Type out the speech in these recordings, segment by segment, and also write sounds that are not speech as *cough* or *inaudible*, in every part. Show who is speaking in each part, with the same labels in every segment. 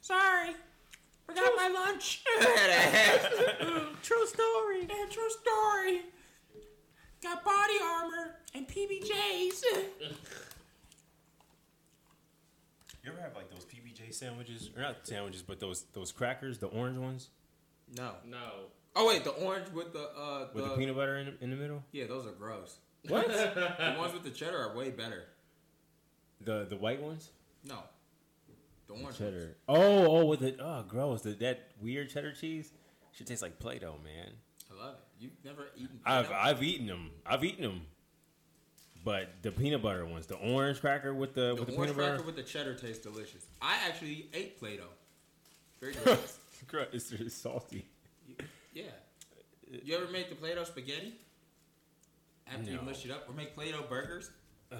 Speaker 1: Sorry. Forgot my *laughs* lunch. *laughs* true story. Yeah, true story. Got body armor and PBJs.
Speaker 2: You ever have like those PBJ sandwiches, or not sandwiches, but those those crackers, the orange ones
Speaker 1: no.
Speaker 3: No.
Speaker 1: Oh wait, the orange with the uh the,
Speaker 2: with the peanut butter in the, in the middle?
Speaker 1: Yeah, those are
Speaker 2: *laughs*
Speaker 1: gross.
Speaker 2: What?
Speaker 1: the ones with the cheddar are way better.
Speaker 2: the the white ones?
Speaker 1: No. The orange ones.
Speaker 2: Cheddar. Oh, oh, with the oh, gross. The, that weird cheddar cheese. Should taste like Play-Doh, man.
Speaker 1: I love it. You've never eaten
Speaker 2: I've
Speaker 1: peanut?
Speaker 2: I've eaten them. I've eaten them. But the peanut butter ones, the orange cracker with
Speaker 1: the
Speaker 2: the, with the
Speaker 1: orange
Speaker 2: peanut
Speaker 1: cracker
Speaker 2: butter.
Speaker 1: with the cheddar tastes delicious. I actually ate Play-Doh.
Speaker 2: *laughs*
Speaker 1: Very delicious.
Speaker 2: Girl, *laughs* it's, it's salty.
Speaker 1: yeah. You ever make the Play-Doh spaghetti? After you
Speaker 2: No.
Speaker 1: mush it up, or make Play-Doh burgers?
Speaker 2: Ugh.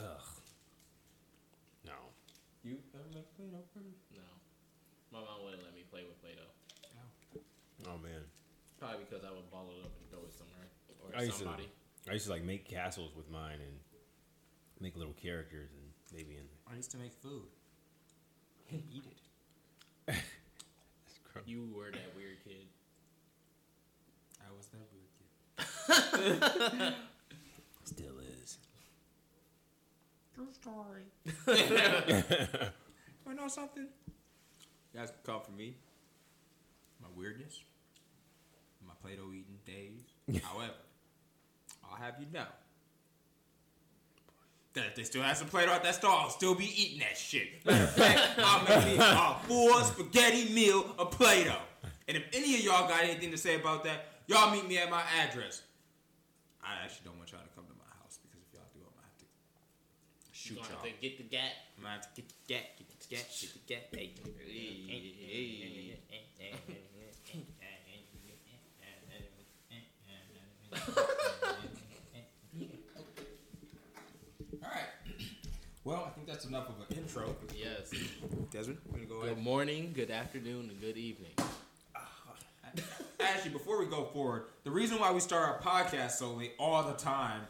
Speaker 2: No.
Speaker 1: You ever make Play-Doh burgers?
Speaker 3: No. My mom wouldn't let me play with Play-Doh.
Speaker 2: Oh man.
Speaker 3: Probably because I would ball it up and throw it somewhere
Speaker 2: I
Speaker 3: or
Speaker 2: used to-
Speaker 3: somebody.
Speaker 2: I used to like make castles with mine and make little characters and maybe in
Speaker 1: I used to make food and eat it.
Speaker 3: You were that weird kid.
Speaker 1: I was never good kid.
Speaker 2: Still *laughs* is.
Speaker 1: True story. I know something. You guys can come for me. My weirdness. My Play-Doh eating days. However, I'll have you know that if they still have some Play-Doh at that store, I'll still be eating that shit. Matter of fact, I'll make me a full spaghetti meal of Play-Doh. And if any of y'all got anything to say about that, y'all meet me at my address. I actually don't want y'all to come to my house because if y'all do, I'm gonna have to shoot
Speaker 3: You gonna
Speaker 1: y'all.
Speaker 3: have to get the gat.
Speaker 1: I'm gonna have to get the gat, get the gat, get the gat. Hey, hey, hey. All right. Well, I think that's enough of an intro.
Speaker 3: Yes.
Speaker 1: Desmond, we're gonna go
Speaker 3: Good
Speaker 1: ahead.
Speaker 3: morning, good afternoon, and good evening.
Speaker 1: Actually, before we go forward, the reason why we start our podcast so late all the time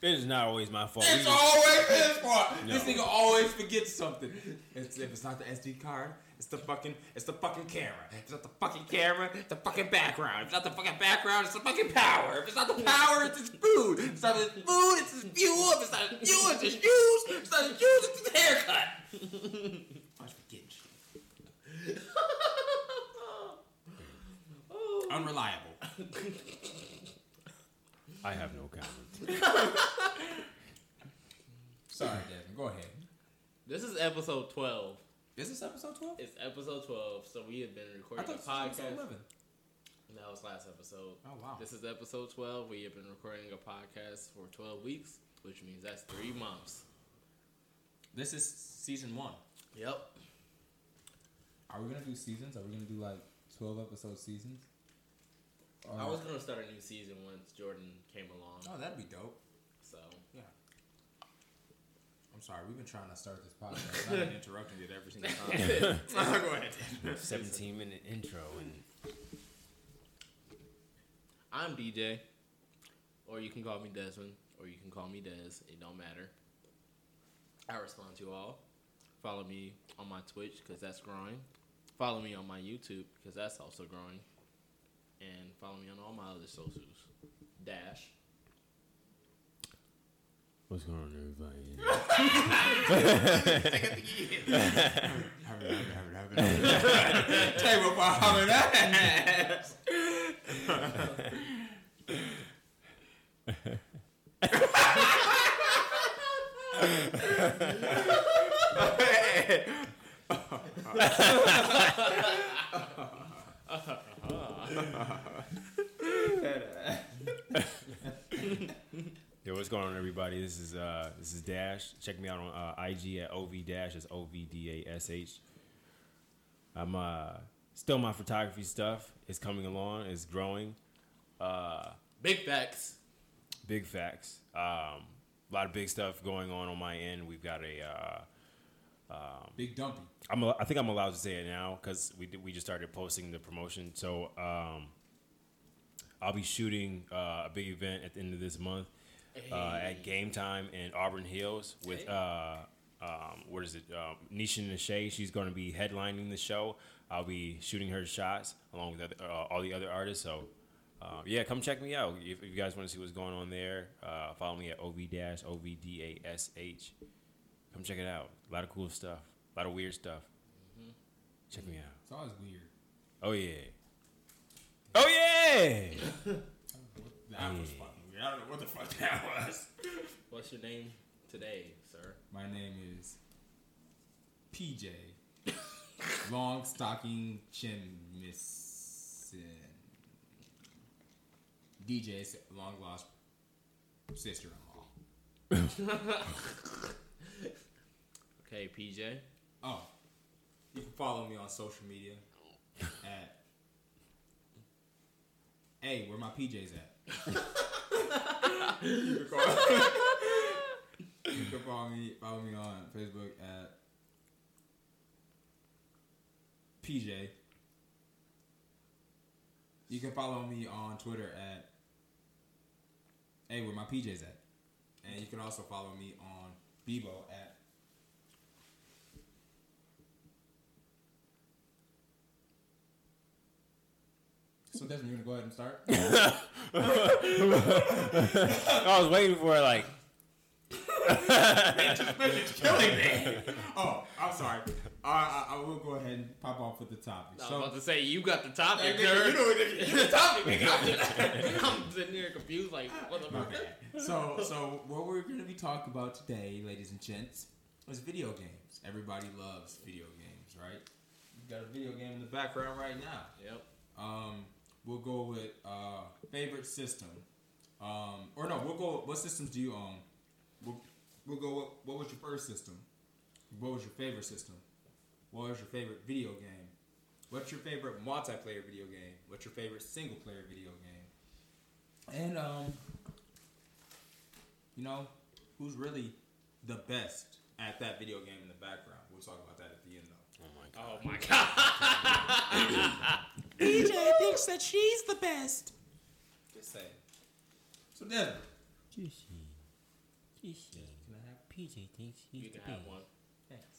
Speaker 2: It is not always my fault. We
Speaker 1: It's
Speaker 2: just-
Speaker 1: always his fault.
Speaker 2: No.
Speaker 1: This nigga always forgets something. It's, if it's not the SD card, it's the fucking it's the fucking camera. If it's not the fucking camera, it's the fucking background. If it's not the fucking background, it's the fucking power. If it's not the power, it's his food. If it's not his food, it's his fuel. If it's not his fuel, it's his shoes. If it's not his shoes, it's his haircut. I was forgetting shit. Unreliable.
Speaker 2: I have no *laughs* comment.
Speaker 1: Sorry, Devin. Go ahead.
Speaker 3: This is episode 12.
Speaker 1: Is this episode 12?
Speaker 3: It's episode 12, so we have been
Speaker 1: I
Speaker 3: recording
Speaker 1: thought
Speaker 3: the
Speaker 1: this was episode
Speaker 3: podcast.
Speaker 1: 11.
Speaker 3: That was last episode.
Speaker 1: Oh, wow.
Speaker 3: This is episode 12. We have been recording a podcast for 12 weeks, which means that's three months.
Speaker 1: This is season one.
Speaker 3: Yep.
Speaker 4: Are we gonna do seasons? Are we gonna do like twelve episode seasons? Or-
Speaker 3: I was going to start a new season once Jordan came along.
Speaker 1: Oh, that'd be dope.
Speaker 3: So, *laughs*
Speaker 1: I'm sorry, we've been trying to start this podcast. and I've been *laughs* interrupting it every single time.
Speaker 2: *laughs*
Speaker 1: Go ahead.
Speaker 2: Seventeen minute intro and
Speaker 3: I'm DJ, or you can call me Desmond, or you can call me Des. It don't matter. I respond to all. Follow me on my Twitch because that's growing. Follow me on my YouTube because that's also growing, and follow me on all my other socials. Dash.
Speaker 2: what's going on, *laughs* everybody?
Speaker 1: Table for hollering ass.
Speaker 2: Yo, what's going on, everybody? This is uh, this is Dash. Check me out on uh, IG at ov dash. It's o v d a s h. I'm uh, still my photography stuff is coming along. It's growing. Uh,
Speaker 3: Big facts.
Speaker 2: big facts. Um, a lot of big stuff going on on my end. We've got a. Uh,
Speaker 1: *laughs* Big dumpy.
Speaker 2: I'm al- I think I'm allowed to say it now because we did, we just started posting the promotion. So um, I'll be shooting uh, a big event at the end of this month uh, at Game Time in Auburn Hills with uh, um, what is it, um, Nisha Lachey. She's going to be headlining the show. I'll be shooting her shots along with other, uh, all the other artists. So, uh, yeah, come check me out if, if you guys want to see what's going on there. Uh, follow me at ov dash ovdash. Come check it out. A lot of cool stuff. A lot of weird stuff. Check me out.
Speaker 1: It's always weird.
Speaker 2: Oh yeah. Oh yeah. *laughs*
Speaker 5: That was
Speaker 2: Yeah.
Speaker 5: fucking weird. I don't know what the fuck that
Speaker 1: *laughs*
Speaker 5: was.
Speaker 3: *laughs* What's your name today, sir? *laughs*
Speaker 1: My name is PJ. *laughs* Long stocking chin missing. DJ's long lost sister in law.
Speaker 3: Okay, PJ.
Speaker 1: Oh, you can follow me on social media at. Hey, where my PJs at? you, can follow, you can follow me follow me on Facebook at PJ. You can follow me on Twitter at Hey, where my PJs at? And you can also follow me on Bebo at So Desmond, you gonna go ahead and start?
Speaker 2: *laughs* I was waiting for like.
Speaker 1: *laughs* killing me. Oh, I'm sorry. I, I, I will go ahead and pop off with the topic.
Speaker 3: I was
Speaker 1: So,
Speaker 3: about to say you got the
Speaker 1: *laughs*
Speaker 3: topic,
Speaker 5: Hey, nigga,
Speaker 3: sir.
Speaker 5: you know what you the topic, nigga.
Speaker 3: *laughs* I'm sitting here confused, like what the
Speaker 1: my
Speaker 3: fuck?
Speaker 1: bad. so, so what we're gonna be talking about today, ladies and gents, is video games. Everybody loves video games, right? You got a video game in the background right now.
Speaker 3: Yep.
Speaker 1: Um, we'll go with uh, favorite system. Um, or no, we'll go. What systems do you own? We'll, we'll go. What, what was your first system? What was your favorite system? What was your favorite video game? What's your favorite multiplayer video game? What's your favorite single player video game? And um, you know, who's really the best at that video game in the background? We'll talk about that at the end though.
Speaker 2: Oh my god.
Speaker 3: Oh my god.
Speaker 1: DJ
Speaker 3: *laughs*
Speaker 1: thinks that she's the best. Just say. it. So Desmond, can I have?
Speaker 2: PJ thinks he's
Speaker 3: you can have one.
Speaker 1: Thanks.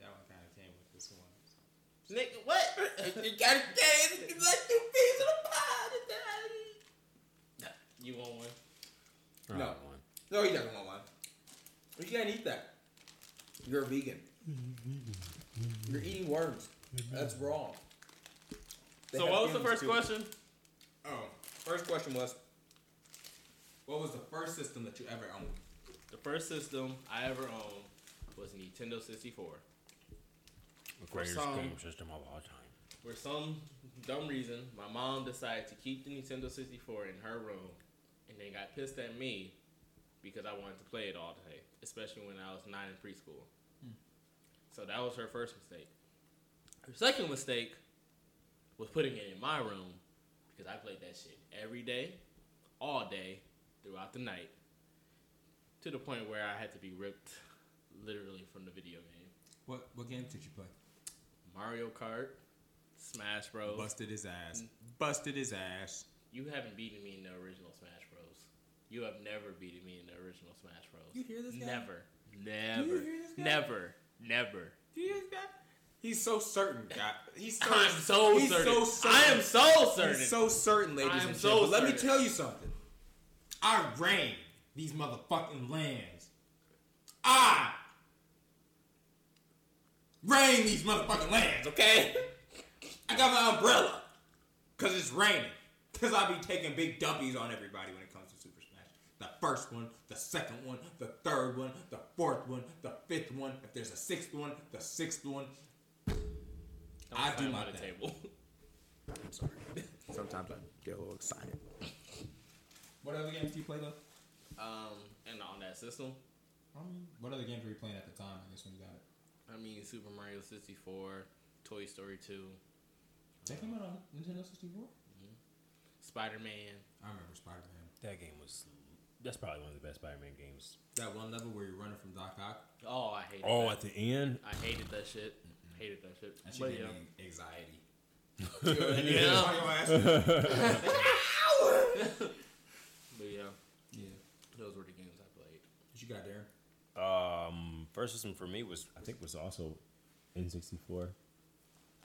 Speaker 1: That one kind of came with this one.
Speaker 3: Nick, what? *laughs* you got it. It's like two peas in a pod. You want one?
Speaker 2: Or
Speaker 5: No.
Speaker 2: have one.
Speaker 5: No, he doesn't want one. You can't eat that. You're a vegan. You're eating worms. That's wrong. They
Speaker 3: so
Speaker 5: have
Speaker 3: what was the
Speaker 5: feelings
Speaker 3: first
Speaker 5: too.
Speaker 3: question?
Speaker 1: Oh,
Speaker 5: First question was
Speaker 1: what was the first system that you ever owned?
Speaker 3: The first system I ever owned was Nintendo 64.
Speaker 2: The greatest
Speaker 3: some-
Speaker 2: game system of all time.
Speaker 3: For some dumb reason, my mom decided to keep the Nintendo 64 in her room and then got pissed at me because I wanted to play it all day, especially when I was nine in preschool. So that was her first mistake. Her second mistake was putting it in my room because I played that shit every day, all day, throughout the night, to the point where I had to be ripped literally from the video game.
Speaker 1: What what game did you play?
Speaker 3: Mario Kart, Smash Bros.
Speaker 1: Busted his ass. Busted his ass.
Speaker 3: You haven't beaten me in the original Smash Bros. You have never beaten me in the original Smash Bros.
Speaker 1: You hear this guy?
Speaker 3: Never, never,
Speaker 1: hear this guy?
Speaker 3: never, never.
Speaker 1: Do you hear this guy? He's so certain, God. He's so,
Speaker 3: I'm so
Speaker 1: he's
Speaker 3: certain.
Speaker 1: so certain.
Speaker 3: I am so certain.
Speaker 1: He's so certain, ladies
Speaker 3: I am
Speaker 1: and
Speaker 3: so
Speaker 1: gentlemen. Let me
Speaker 3: certain.
Speaker 1: tell you something. I reign these motherfucking lands. I reign these motherfucking lands, okay? I got my umbrella. Cause it's raining. Cause I be taking big dumpies on everybody when it comes to Super Smash. The first one, the second one, the third one, the fourth one, the fifth one. If there's a sixth one, the sixth one.
Speaker 3: Don't
Speaker 1: I do
Speaker 3: climb
Speaker 1: my
Speaker 3: on the
Speaker 1: thing.
Speaker 3: table.
Speaker 5: I'm sorry. Sometimes I get a little excited.
Speaker 1: What other games do you play though?
Speaker 3: *laughs* um, and on that system,
Speaker 1: I mean, what other games were you playing at the time? I guess when you got it.
Speaker 3: I mean Super Mario 64, Toy Story 2,
Speaker 1: That came out on Nintendo 64?
Speaker 3: Spider Man.
Speaker 1: I remember Spider Man.
Speaker 2: That game was. That's probably one of the best Spider-Man games.
Speaker 1: That one level where you're running from Doc Ock.
Speaker 3: Oh, I hated.
Speaker 2: Oh,
Speaker 3: that.
Speaker 2: at the end.
Speaker 3: I hated that shit. Hated that shit.
Speaker 1: That
Speaker 3: But
Speaker 1: shit gave
Speaker 3: yeah.
Speaker 1: me anxiety.
Speaker 3: *laughs*
Speaker 1: *laughs*
Speaker 3: Yeah.
Speaker 1: yeah.
Speaker 3: *laughs* But yeah, those were the games I
Speaker 1: you got there?
Speaker 2: *laughs* Um, first system for me was I think was also N64.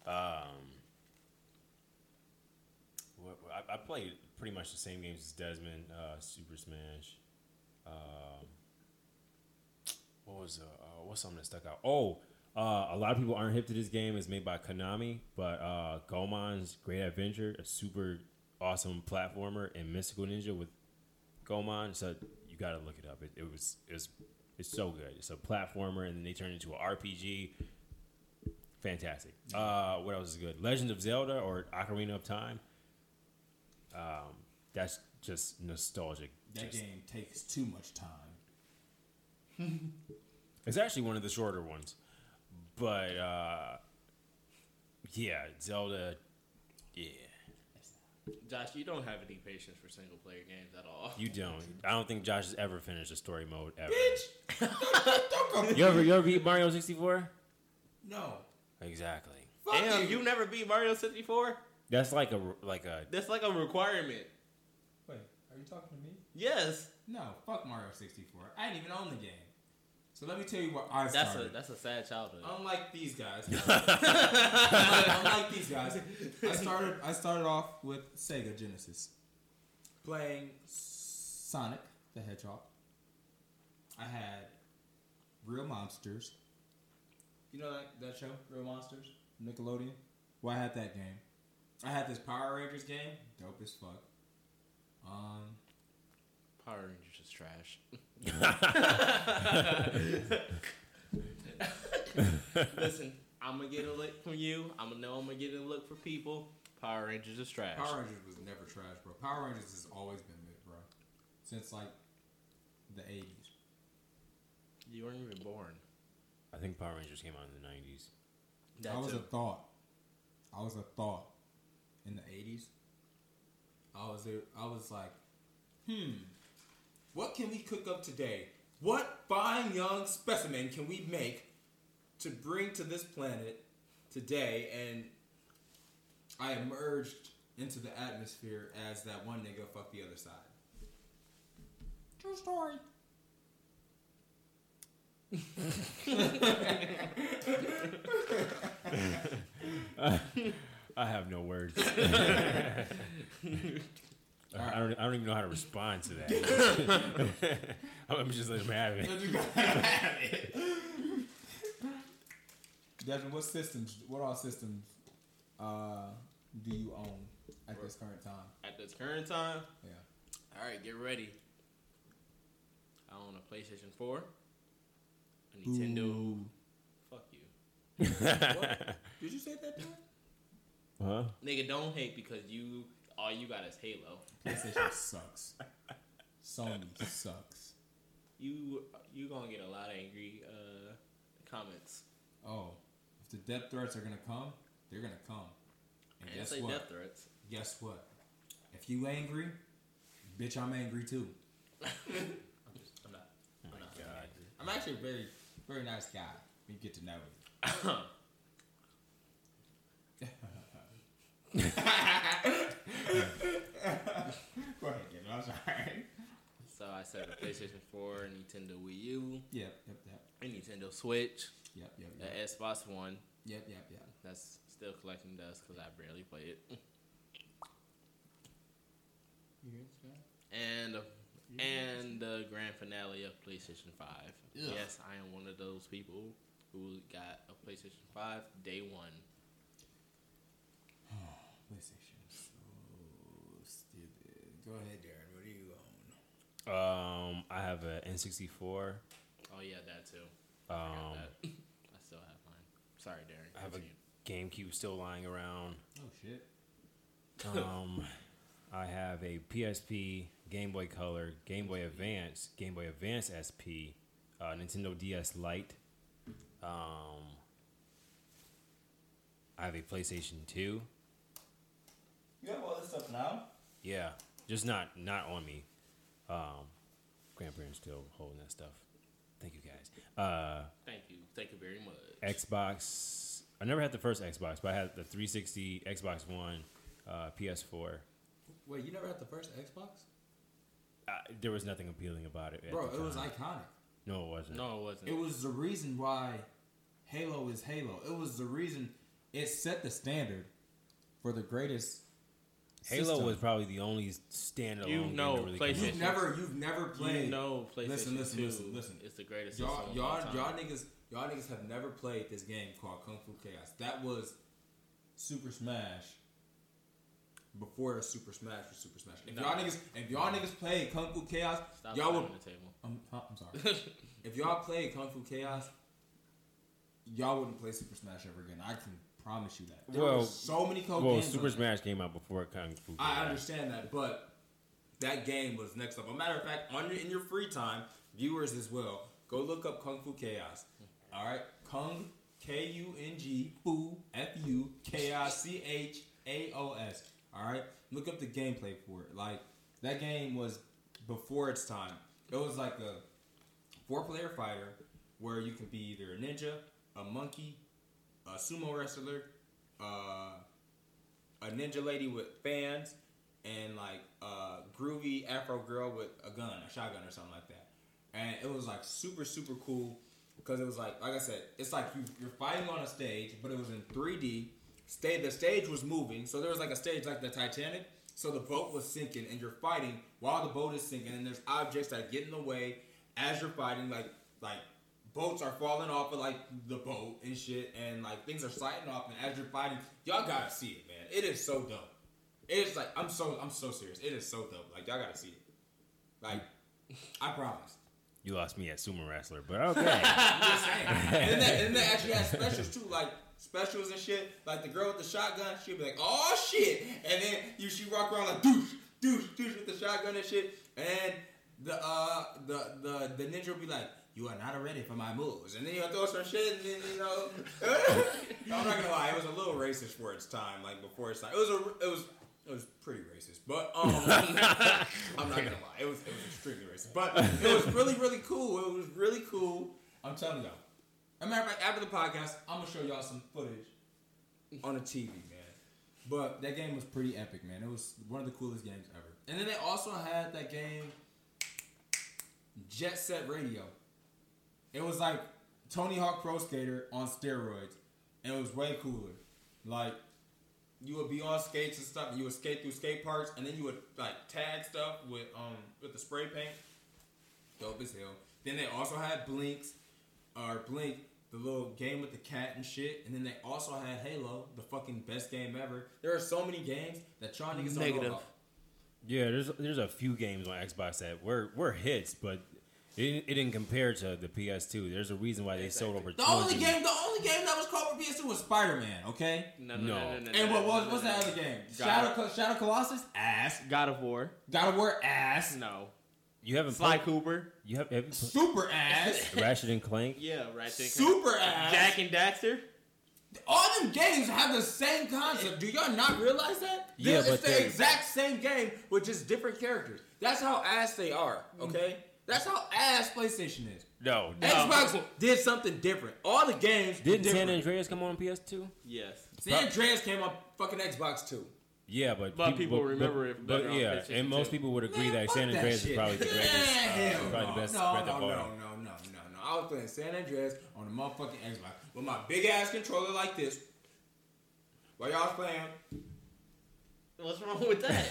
Speaker 2: Um, what, I, I played pretty much the same games as Desmond, uh, Super Smash. Um, what was uh, uh, what's something that stuck out? Oh, uh, a lot of people aren't hip to this game. It's made by Konami, but uh, Gomon's Great Adventure, a super awesome platformer, and Mystical Ninja with Gomon. So you got to look it up. It, it was it's it's so good. It's a platformer, and then they turned it into an RPG. Fantastic. Uh, what else is good? Legend of Zelda or Ocarina of Time. Um, that's just nostalgic.
Speaker 1: That
Speaker 2: Just-
Speaker 1: game takes too much time.
Speaker 2: It's actually one of the shorter ones, but uh, yeah, Zelda. Yeah,
Speaker 3: Josh, you don't have any patience for single player games at all.
Speaker 2: you don't. I don't think Josh has ever finished a story mode ever.
Speaker 1: *laughs* Don't come.
Speaker 2: You ever you ever beat Mario sixty four?
Speaker 1: No.
Speaker 2: Exactly.
Speaker 1: Fuck
Speaker 3: Damn, you never beat Mario 64?
Speaker 2: That's like a like *laughs* a
Speaker 3: That's like a requirement.
Speaker 1: Wait, are you talking to me?
Speaker 3: Yes.
Speaker 1: No, fuck Mario 64. I didn't even own the game. So let me tell you what I
Speaker 3: That's a
Speaker 1: started.
Speaker 3: that's a sad childhood. *laughs*
Speaker 1: Unlike these guys. Unlike these guys. I started I started off with Sega Genesis. Playing Sonic the Hedgehog. I had Real Monsters. You know that, that show, Real Monsters? Nickelodeon? Well, I had that game. I had this Power Rangers game. Dope as fuck. Um,
Speaker 3: Power Rangers is trash. Listen, I'm gonna get a look from you. I'm gonna know I'm gonna get a look for people. Power Rangers is trash.
Speaker 1: Power Rangers was never trash, bro. Power Rangers has always been mid, bro. Since like the 80s.
Speaker 3: You weren't even born.
Speaker 2: I think Power Rangers came out in the nineties.
Speaker 3: That
Speaker 1: I was
Speaker 3: too.
Speaker 1: a
Speaker 3: *laughs*
Speaker 1: thought. I was a thought in the eighties. I was there. I was like, hmm, what can we cook up today? What fine young specimen can we make to bring to this planet today? And I emerged into the atmosphere as that one nigga fucked the other
Speaker 3: *laughs*
Speaker 1: side. True story.
Speaker 2: *laughs* I have no words. *laughs* I don't. I don't even know how to respond to *laughs* that. I'm just letting him have it.
Speaker 1: Devin, what systems? What all systems uh, do you own at this current time?
Speaker 3: At this current time,
Speaker 1: Yeah.
Speaker 3: all right, get ready. I own a PlayStation 4, a Nintendo. Fuck you,
Speaker 1: Did you say that? Devin?
Speaker 2: Huh?
Speaker 3: nigga. Don't hate because you all you got is Halo.
Speaker 1: PlayStation sucks. Sony sucks.
Speaker 3: You you gonna get a lot of angry uh, comments.
Speaker 1: Oh, if the death threats are gonna come, they're gonna come.
Speaker 3: I
Speaker 1: And
Speaker 3: didn't
Speaker 1: guess
Speaker 3: say
Speaker 1: what?
Speaker 3: death threats.
Speaker 1: Guess what? If you angry, bitch, I'm angry too.
Speaker 3: I'm just I'm not.
Speaker 1: Oh
Speaker 3: I'm not.
Speaker 2: God.
Speaker 1: I'm actually a very, very nice guy. When you get to know me.
Speaker 3: uh,
Speaker 1: Go ahead, Devin. I'm sorry.
Speaker 3: *laughs* So I said a PlayStation 4, a Nintendo Wii U,
Speaker 1: Yep, yep, yep,
Speaker 3: a Nintendo Switch,
Speaker 1: yep, yep,
Speaker 3: a
Speaker 1: yep,
Speaker 3: Xbox One.
Speaker 1: yep, yep, yep.
Speaker 3: That's still collecting dust because I barely play it. *laughs* And and the grand finale of PlayStation 5.
Speaker 1: Ugh.
Speaker 3: Yes, I am one of those people who got a PlayStation 5 day one.
Speaker 1: PlayStation, so stupid. Go ahead, Darren. What do you own?
Speaker 2: Um, I have an N64.
Speaker 3: Oh yeah, that too.
Speaker 2: Um,
Speaker 3: I got that. *laughs* I still have mine. Sorry, Darren.
Speaker 2: I have a
Speaker 3: Continue.
Speaker 2: GameCube still lying
Speaker 3: *laughs*
Speaker 2: around.
Speaker 1: Oh shit.
Speaker 2: Um, I have a PSP, Game Boy Color, Game Boy Advance, Game Boy Advance SP, uh, Nintendo DS Lite. Um, I have a PlayStation Two.
Speaker 1: You have all this stuff now.
Speaker 2: Yeah, just not not on me. Um, grandparents still holding that stuff. Thank you guys. Uh.
Speaker 3: Thank you. Thank you very much.
Speaker 2: Xbox. I never had the first Xbox, but I had the 360, Xbox One, uh, PS4.
Speaker 1: Wait, you never had the first Xbox,
Speaker 2: Uh, there was nothing appealing about it, at
Speaker 1: bro?
Speaker 2: the
Speaker 1: It was
Speaker 2: time.
Speaker 1: iconic.
Speaker 2: No, it wasn't.
Speaker 3: No, it wasn't.
Speaker 1: It was the reason why Halo is Halo. It was the reason it set the standard for the greatest.
Speaker 2: Halo
Speaker 1: system.
Speaker 2: was probably the only standalone.
Speaker 3: You
Speaker 2: game
Speaker 3: know,
Speaker 2: that really came
Speaker 3: PlayStation-
Speaker 2: out.
Speaker 1: You've never, you've never played.
Speaker 3: you know, PlayStation
Speaker 1: Listen, listen,
Speaker 3: 2
Speaker 1: listen, listen.
Speaker 3: is the greatest
Speaker 1: y'all,
Speaker 3: system of all
Speaker 1: y'all,
Speaker 3: time.
Speaker 1: y'all niggas, y'all niggas have never played this game called Kung Fu Chaos. That was Super Smash. Before Super Smash was Super Smash. If
Speaker 3: No.
Speaker 1: y'all niggas, if y'all niggas played Kung Fu Chaos,
Speaker 3: Stop
Speaker 1: y'all would.
Speaker 3: slapping the table.
Speaker 1: I'm, I'm sorry.
Speaker 3: *laughs*
Speaker 1: If y'all played Kung Fu Chaos, y'all wouldn't play Super Smash ever again. I can promise you that. There
Speaker 2: Well,
Speaker 1: were so many cool
Speaker 2: Well,
Speaker 1: games. on
Speaker 2: Super
Speaker 1: there.
Speaker 2: Smash came out before Kung Fu.
Speaker 1: I
Speaker 2: Panda.
Speaker 1: understand that, but that game was next up. A matter of fact, on your, in your free time, viewers as well, go look up Kung Fu Chaos. All right, Kung K U N G Fu F U K I C H A O S. All right, look up the gameplay for it. Like that game was before its time. It was like a four-player fighter where you can be either a ninja, a monkey, a sumo wrestler, uh, a ninja lady with fans, and like a groovy Afro girl with a gun, a shotgun or something like that. And it was like super super cool because it was like like I said, it's like you you're fighting on a stage, but it was in 3D. Stay the stage was moving, so there was like a stage like the Titanic. So the boat was sinking, and you're fighting while the boat is sinking, and there's objects that get in the way as you're fighting, like like boats are falling off of like the boat and shit, and like things are sliding off. And as you're fighting, y'all gotta see it, man. It is so dope. It's like I'm so I'm so serious. It is so dope. Like y'all gotta see it. Like I promise.
Speaker 2: You lost me at Sumo Wrestler,
Speaker 1: *laughs*
Speaker 2: but okay.
Speaker 1: I'm just saying. and, then they, and they actually had specials too, like specials and shit. Like the girl with the shotgun, she'd be like, "Oh shit!" And then you she walk around like douche, douche, douche with the shotgun and shit. And the uh the the the ninja would be like. You are not ready for my moves, and then you throw some shit, and then you know. *laughs* I'm not gonna lie, it was a little racist for its time, like before its time. It was a, it was, it was pretty racist, but um, *laughs* I'm not gonna lie, it was it was extremely racist, but it was really really cool. It was really cool. I'm telling y'all. As a matter of fact, after the podcast, I'm gonna show y'all some footage on the TV, man. But that game was pretty epic, man. It was one of the coolest games ever. And then they also had that game, Jet Set Radio. It was like Tony Hawk Pro Skater on steroids, and it was way cooler. Like you would be on skates and stuff, and you would skate through skate parks, and then you would like tag stuff with um with the spray paint. Dope as hell. Then they also had Blinks, or Blink, the little game with the cat and shit. And then they also had Halo, the fucking best game ever. There are so many games that y'all niggas don't know
Speaker 3: Negative.
Speaker 1: about.
Speaker 2: yeah, there's there's a few games on Xbox that were were hits, but it, didn't- it didn't compare to the PS2. There's a reason why they sold over.
Speaker 1: The only
Speaker 2: 200
Speaker 1: game, the only game that was called for PS2 was Spider Man. Okay.
Speaker 3: No, no, no, no,
Speaker 2: No.
Speaker 3: no, no,
Speaker 1: And what
Speaker 3: no,
Speaker 1: was
Speaker 3: no,
Speaker 1: what's
Speaker 3: no,
Speaker 1: that
Speaker 3: no.
Speaker 1: other game?
Speaker 3: God.
Speaker 1: Shadow Col- Shadow Colossus ass.
Speaker 3: God of War.
Speaker 1: Gotta wear ass.
Speaker 3: No.
Speaker 2: You haven't
Speaker 3: Sly
Speaker 2: played.
Speaker 3: Cooper.
Speaker 2: You have, have you played
Speaker 1: Super ass.
Speaker 2: *laughs* Ratchet and Clank.
Speaker 3: Yeah, right there.
Speaker 1: Super ass.
Speaker 3: Jack and Daxter.
Speaker 1: All them games have the same concept. Do y'all not realize that? They're-
Speaker 2: Yeah,
Speaker 1: it's
Speaker 2: but
Speaker 1: the
Speaker 2: they-
Speaker 1: exact same game with just different characters. That's how ass they are. Okay, that's how ass PlayStation is.
Speaker 2: Mm. No, no.
Speaker 1: Xbox did something different. All the games were
Speaker 2: Didn't San
Speaker 1: different.
Speaker 2: Andreas come on PS2?
Speaker 3: Yes.
Speaker 1: San Andreas came up fucking Xbox too.
Speaker 2: Yeah, but
Speaker 3: But people remember it
Speaker 2: But,
Speaker 3: better on
Speaker 2: yeah,
Speaker 3: PlayStation
Speaker 2: and most
Speaker 3: 2.
Speaker 2: people would agree
Speaker 1: Man,
Speaker 2: that
Speaker 1: fuck
Speaker 2: San Andreas
Speaker 1: shit.
Speaker 2: is probably the greatest.
Speaker 1: Man,
Speaker 2: uh,
Speaker 1: hell
Speaker 2: probably the
Speaker 1: no.
Speaker 2: best
Speaker 1: No,
Speaker 2: Breath
Speaker 1: no,
Speaker 2: of
Speaker 1: no,
Speaker 2: All.
Speaker 1: no, no, no, no. I was playing San Andreas on the motherfucking Xbox with my big ass controller like this. While y'all was playing,
Speaker 3: What's wrong with that?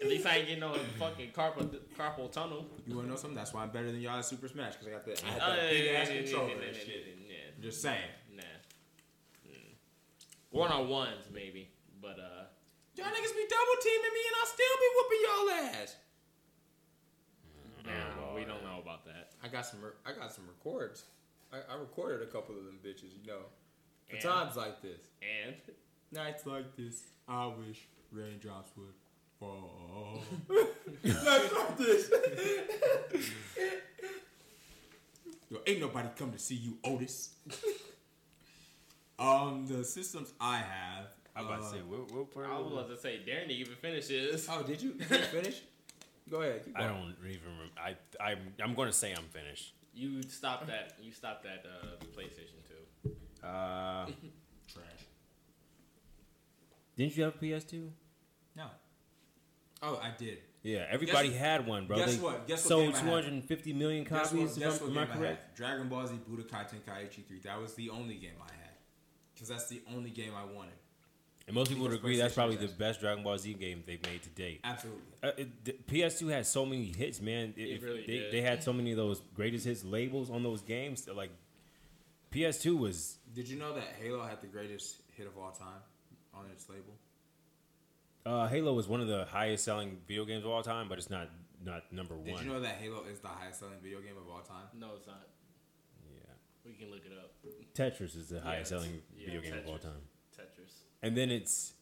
Speaker 3: At least I ain't getting no fucking carpal carpal tunnel.
Speaker 1: you wanna know something? That's why I'm better than y'all at Super Smash because I got the, I had
Speaker 3: Oh,
Speaker 1: that
Speaker 3: yeah,
Speaker 1: big
Speaker 3: yeah,
Speaker 1: ass
Speaker 3: yeah, yeah,
Speaker 1: controller
Speaker 3: yeah,
Speaker 1: and
Speaker 3: yeah,
Speaker 1: shit.
Speaker 3: yeah,
Speaker 1: I'm just saying.
Speaker 3: Nah. One on ones maybe, but uh,
Speaker 1: Y'all niggas be double teaming me and I still be whooping y'all ass.
Speaker 3: nah, we don't know about that.
Speaker 1: I got some. re- I got some records. I, I recorded a couple of them bitches. You know, for
Speaker 3: And-
Speaker 1: times like this.
Speaker 3: And
Speaker 1: Nights like this, I wish raindrops would fall. Nights like this. Yo, ain't nobody come to see you, Otis. um, the systems I have.
Speaker 2: I was about to
Speaker 1: uh,
Speaker 2: say, what, what part
Speaker 3: I
Speaker 2: was
Speaker 3: was about to say, Darren didn't even finish this.
Speaker 1: Oh, did *laughs* you, did you finish? Go ahead. Keep
Speaker 2: I
Speaker 1: going.
Speaker 2: don't even remember. I, I'm, I'm going to say I'm finished.
Speaker 3: You stopped that. You stopped at uh, the PlayStation Two.
Speaker 2: Uh,
Speaker 1: Trash.
Speaker 2: didn't you have a PS2?
Speaker 1: No. Oh, I did.
Speaker 2: Yeah, everybody had one, bro.
Speaker 1: guess
Speaker 2: they
Speaker 1: what? Guess what game
Speaker 2: sold
Speaker 1: I had?
Speaker 2: 250 million
Speaker 1: Guess what-
Speaker 2: copies.
Speaker 1: guess
Speaker 2: if I'm-
Speaker 1: what
Speaker 2: am I
Speaker 1: game I
Speaker 2: correct?
Speaker 1: had? Dragon Ball Z Budokai Tenkaichi 3. That was the only game I had. Because that's the only game I wanted.
Speaker 2: And most people would
Speaker 1: Because
Speaker 2: agree that's
Speaker 1: PlayStation
Speaker 2: probably
Speaker 1: was
Speaker 2: the best Dragon Ball Z game they've made to date.
Speaker 1: Absolutely.
Speaker 2: Uh, it, the PS2 had so many hits, man. It,
Speaker 3: It
Speaker 2: if
Speaker 3: really
Speaker 2: they,
Speaker 3: did.
Speaker 2: they had so many of those greatest hits labels on those games. that, Like PS2 was
Speaker 1: Did you know that Halo had the greatest hit of all time on its label?
Speaker 2: uh, Halo was one of the highest selling video games of all time, but it's not not number
Speaker 1: Did
Speaker 2: one.
Speaker 1: you know that Halo is the highest selling video game of all time?
Speaker 3: No, it's not.
Speaker 2: yeah,
Speaker 3: We can look it up.
Speaker 2: Tetris is the
Speaker 3: Yeah,
Speaker 2: highest selling
Speaker 3: it's- yeah,
Speaker 2: video game of all
Speaker 3: Tetris.
Speaker 2: time,
Speaker 3: Tetris.
Speaker 2: and then it's.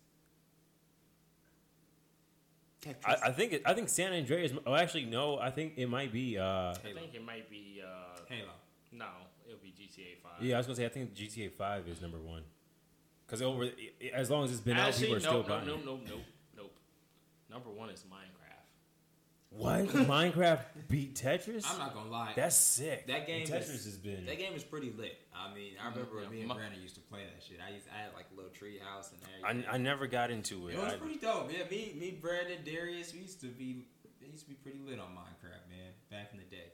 Speaker 2: I, I think it, I think San Andreas. Oh, actually, no. I think it might be. Uh,
Speaker 3: I
Speaker 1: Halo.
Speaker 3: think it might be. Uh,
Speaker 1: Halo.
Speaker 3: no, it'll be GTA Five.
Speaker 2: yeah, I was gonna say. I think GTA Five is number one. Because over i- i- as long as it's been out,
Speaker 3: Actually,
Speaker 2: people are
Speaker 3: nope,
Speaker 2: still buying.
Speaker 3: nope, nope,
Speaker 2: it.
Speaker 3: nope, nope, nope. Number one is Minecraft.
Speaker 2: What? Minecraft beat Tetris?
Speaker 1: I'm not gonna lie.
Speaker 2: That's sick.
Speaker 1: That game
Speaker 2: And Tetris
Speaker 1: is-
Speaker 2: has been.
Speaker 1: that game is pretty lit. I mean, I remember
Speaker 3: Mm-hmm. yeah,
Speaker 1: me and
Speaker 3: my-
Speaker 1: Brandon used to play that shit. I used I had like a little tree house and everything.
Speaker 2: I, I never got into it.
Speaker 1: it was
Speaker 2: I-
Speaker 1: pretty dope. Yeah, me, me, Brandon, Darius, we used to be, it used to be pretty lit on Minecraft, man. Back in the day,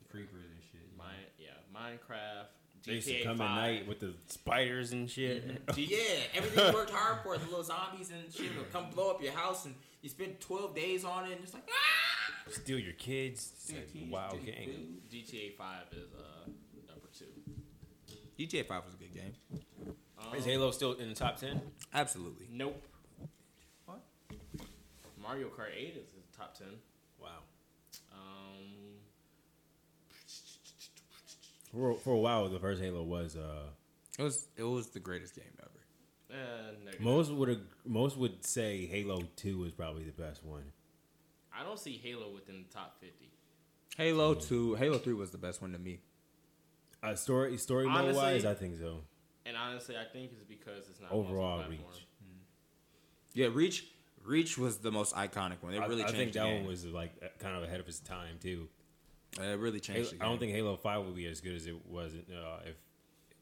Speaker 1: the creepers and shit. you know?
Speaker 3: Mine, yeah, Minecraft.
Speaker 2: Mm-hmm. they used
Speaker 3: GTA
Speaker 2: to come
Speaker 3: Five.
Speaker 2: at night with the spiders and shit. *laughs*
Speaker 1: Yeah, everything you worked hard for, the little zombies and shit will come blow up your house, and you spend twelve days on it, and it's like, ah!
Speaker 2: Steal your kids. It's like a wild game.
Speaker 3: GTA Five is uh number two.
Speaker 1: GTA Five was a good game.
Speaker 3: Um,
Speaker 2: Is Halo still in the top ten?
Speaker 1: Absolutely.
Speaker 3: Nope.
Speaker 1: What?
Speaker 3: Mario Kart Eight is in the top ten.
Speaker 2: Wow.
Speaker 3: Um,
Speaker 2: For, for a while, the first Halo was. Uh,
Speaker 1: It was it was the greatest game ever.
Speaker 3: uh, negative.
Speaker 2: most would ag- most would say Halo Two is probably the best one.
Speaker 3: I don't see Halo within the top fifty.
Speaker 1: Halo Two, Halo Three was the best one to me.
Speaker 2: Uh, story story mode
Speaker 3: Honestly-
Speaker 2: wise, I think so.
Speaker 3: And honestly, I think it's because it's not
Speaker 2: Overall reach.
Speaker 3: multi-platform.
Speaker 1: Yeah, Reach, Reach was the most iconic one. It
Speaker 2: I-
Speaker 1: really
Speaker 2: I,
Speaker 1: changed.
Speaker 2: think
Speaker 1: the
Speaker 2: that
Speaker 1: game.
Speaker 2: one was like uh, kind of ahead of its time too.
Speaker 1: Uh, It really
Speaker 2: Halo-
Speaker 1: changed. the
Speaker 2: I don't
Speaker 1: game.
Speaker 2: think Halo Five would be as good as it was uh, if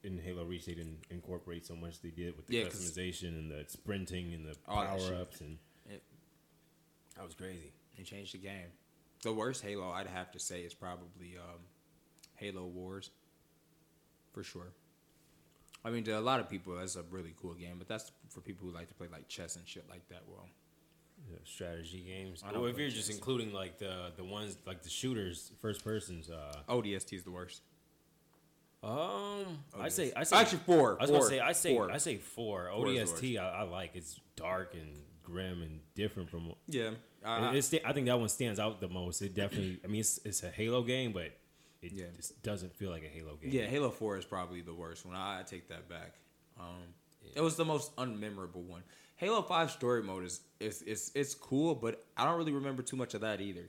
Speaker 2: in Halo Reach they didn't incorporate so much they did with the
Speaker 1: Yeah, 'cause-
Speaker 2: customization and the sprinting and the
Speaker 1: All that
Speaker 2: power ups and
Speaker 1: It-
Speaker 2: that was crazy.
Speaker 1: it changed the game. The worst Halo I'd have to say is probably um, Halo Wars, for sure. I mean, to a lot of people, that's a really cool game, but that's for people who like to play like chess and shit like that. Well,
Speaker 2: You know, strategy games.
Speaker 1: I don't
Speaker 2: Well, if
Speaker 1: play
Speaker 2: you're just
Speaker 1: chess.
Speaker 2: including like the the ones like the shooters, first persons. Uh,
Speaker 1: ODST is the worst.
Speaker 2: um, I
Speaker 1: ODST.
Speaker 2: say I say
Speaker 1: actually four.
Speaker 2: I was
Speaker 1: four,
Speaker 2: gonna say I say
Speaker 1: four.
Speaker 2: I say four.
Speaker 1: Four is the
Speaker 2: ODST I, I like. It's dark and grim and different from
Speaker 1: yeah. Uh,
Speaker 2: It- it sta- I think that one stands out the most. It definitely. I mean, it's, it's a Halo game, but it
Speaker 1: Yeah.
Speaker 2: just doesn't feel like a Halo game.
Speaker 1: yeah, Halo Four is probably the worst one. I, I take that back. Um, It was the most unmemorable one. Halo Five story mode is is it's it's cool, but I don't really remember too much of that either.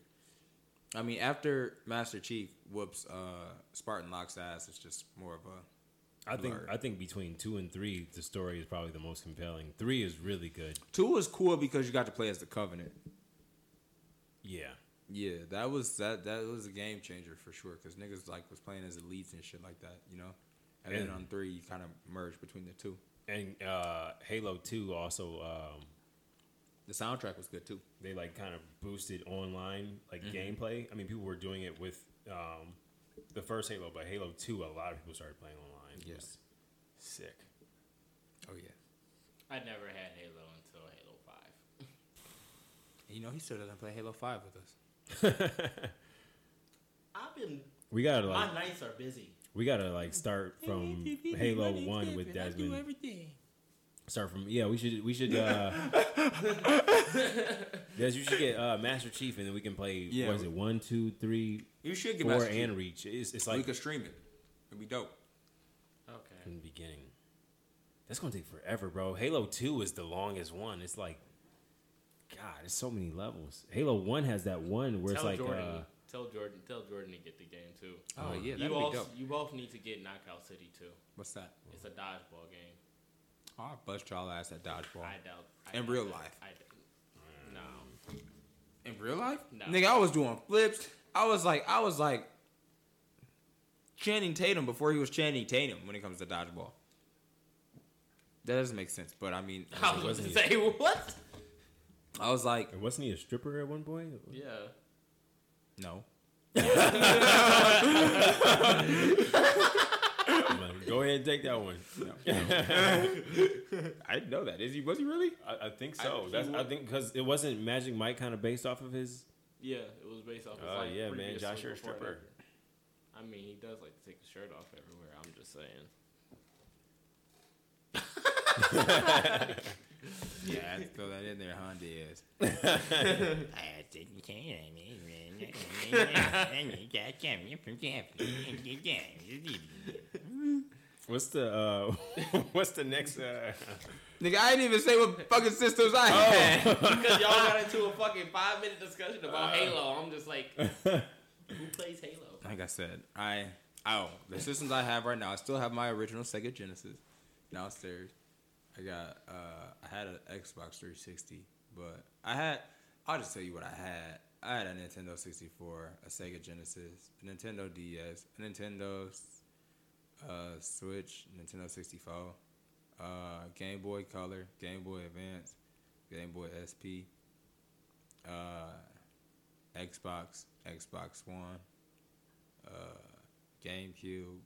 Speaker 1: I mean, after Master Chief whoops uh, Spartan Locke's ass, it's just more of a
Speaker 2: I think
Speaker 1: Blur.
Speaker 2: I think between two and three, the story is probably the most compelling. Three is really good.
Speaker 1: two was cool because you got to play as the Covenant.
Speaker 2: Yeah,
Speaker 1: Yeah, that was that that was a game changer for sure because niggas like was playing as elites and shit like that, you know. And then
Speaker 2: Yeah.
Speaker 1: on three, you kind of merged between the two.
Speaker 2: and uh, Halo Two also um,
Speaker 1: The soundtrack was good too.
Speaker 2: they like kind of boosted online like
Speaker 1: Mm-hmm.
Speaker 2: gameplay. I mean, people were doing it with um, the first Halo, but Halo Two, a lot of people started playing online. It
Speaker 1: Yeah.
Speaker 2: was
Speaker 1: *laughs*
Speaker 2: sick.
Speaker 1: Oh yeah.
Speaker 3: I never had Halo until Halo Five.
Speaker 1: And you know he still doesn't play Halo Five with us.
Speaker 3: I've been.
Speaker 2: We gotta like
Speaker 3: My nights are busy.
Speaker 2: we gotta like start from Halo
Speaker 1: *laughs*
Speaker 2: One with Desmond. *laughs*
Speaker 3: everything.
Speaker 2: Start from yeah. We should we
Speaker 1: *laughs*
Speaker 2: should. uh Des, you should get uh Master Chief, and then we can play.
Speaker 1: Yeah.
Speaker 2: What is it? One, two, three,
Speaker 1: You should get
Speaker 2: four,
Speaker 1: Master Chief.
Speaker 2: and Reach. It's, it's
Speaker 1: we
Speaker 2: like
Speaker 1: could stream it. It'd be dope.
Speaker 3: Okay.
Speaker 2: from the beginning. That's gonna take forever, bro. Halo Two is the longest one. It's like, God, it's so many levels. Halo One has that one where
Speaker 3: Tell
Speaker 2: it's like,
Speaker 3: Jordan.
Speaker 2: uh,
Speaker 3: tell Jordan. Tell Jordan to get the game too.
Speaker 1: Oh yeah,
Speaker 3: you all. You both need to get Knockout City too.
Speaker 1: What's that?
Speaker 3: It's a dodgeball game.
Speaker 1: Oh, I bust y'all ass at dodgeball.
Speaker 3: I doubt. I
Speaker 1: In
Speaker 3: doubt
Speaker 1: real
Speaker 3: that.
Speaker 1: life.
Speaker 3: I d- no.
Speaker 1: In real life?
Speaker 3: No.
Speaker 1: Nigga, I was doing flips. I was like, I was like Channing Tatum before he was Channing Tatum when it comes to dodgeball. That doesn't make sense, but I mean,
Speaker 3: I was
Speaker 2: wasn't
Speaker 3: gonna say *laughs* what?
Speaker 1: I was like,
Speaker 2: And wasn't he a stripper at one point? *laughs*
Speaker 3: Yeah.
Speaker 1: no.
Speaker 2: Like, Go ahead and take that one. *laughs* I didn't know that. Is he? Was he really? I, I think so.
Speaker 3: I-
Speaker 2: That's,
Speaker 3: he
Speaker 2: I
Speaker 3: was.
Speaker 2: think because it wasn't Magic Mike kind of based off of his.
Speaker 3: *laughs*
Speaker 2: *laughs*
Speaker 3: Yeah, it was based off. his,
Speaker 2: Oh,
Speaker 3: like,
Speaker 2: yeah, man,
Speaker 3: previous
Speaker 2: Josh,
Speaker 3: one
Speaker 2: you're a
Speaker 3: before
Speaker 2: stripper.
Speaker 3: that. I mean, he does like to take his shirt off everywhere. I'm just saying. *laughs*
Speaker 1: Yeah, I had to throw that in there, huh, Diaz? I didn't care. I mean, I got something from Japan.
Speaker 2: What's the uh, *laughs* What's the next? Uh,
Speaker 1: Nigga, I didn't even say what fucking systems I had.
Speaker 3: *laughs* Because y'all got into a fucking five minute discussion
Speaker 2: Uh.
Speaker 3: about Halo. I'm
Speaker 2: *laughs*
Speaker 3: just like, who plays Halo?
Speaker 1: *laughs* Like I said, I oh the systems I have right now. I still have my original Sega Genesis downstairs. I got uh I had an Xbox 360, but I had I'll just tell you what I had. I had a Nintendo 64, a Sega Genesis, a Nintendo DS, a Nintendo uh, Switch, Nintendo 64, uh, Game Boy Color, Game Boy Advance, Game Boy SP, uh, Xbox, Xbox One, uh, GameCube,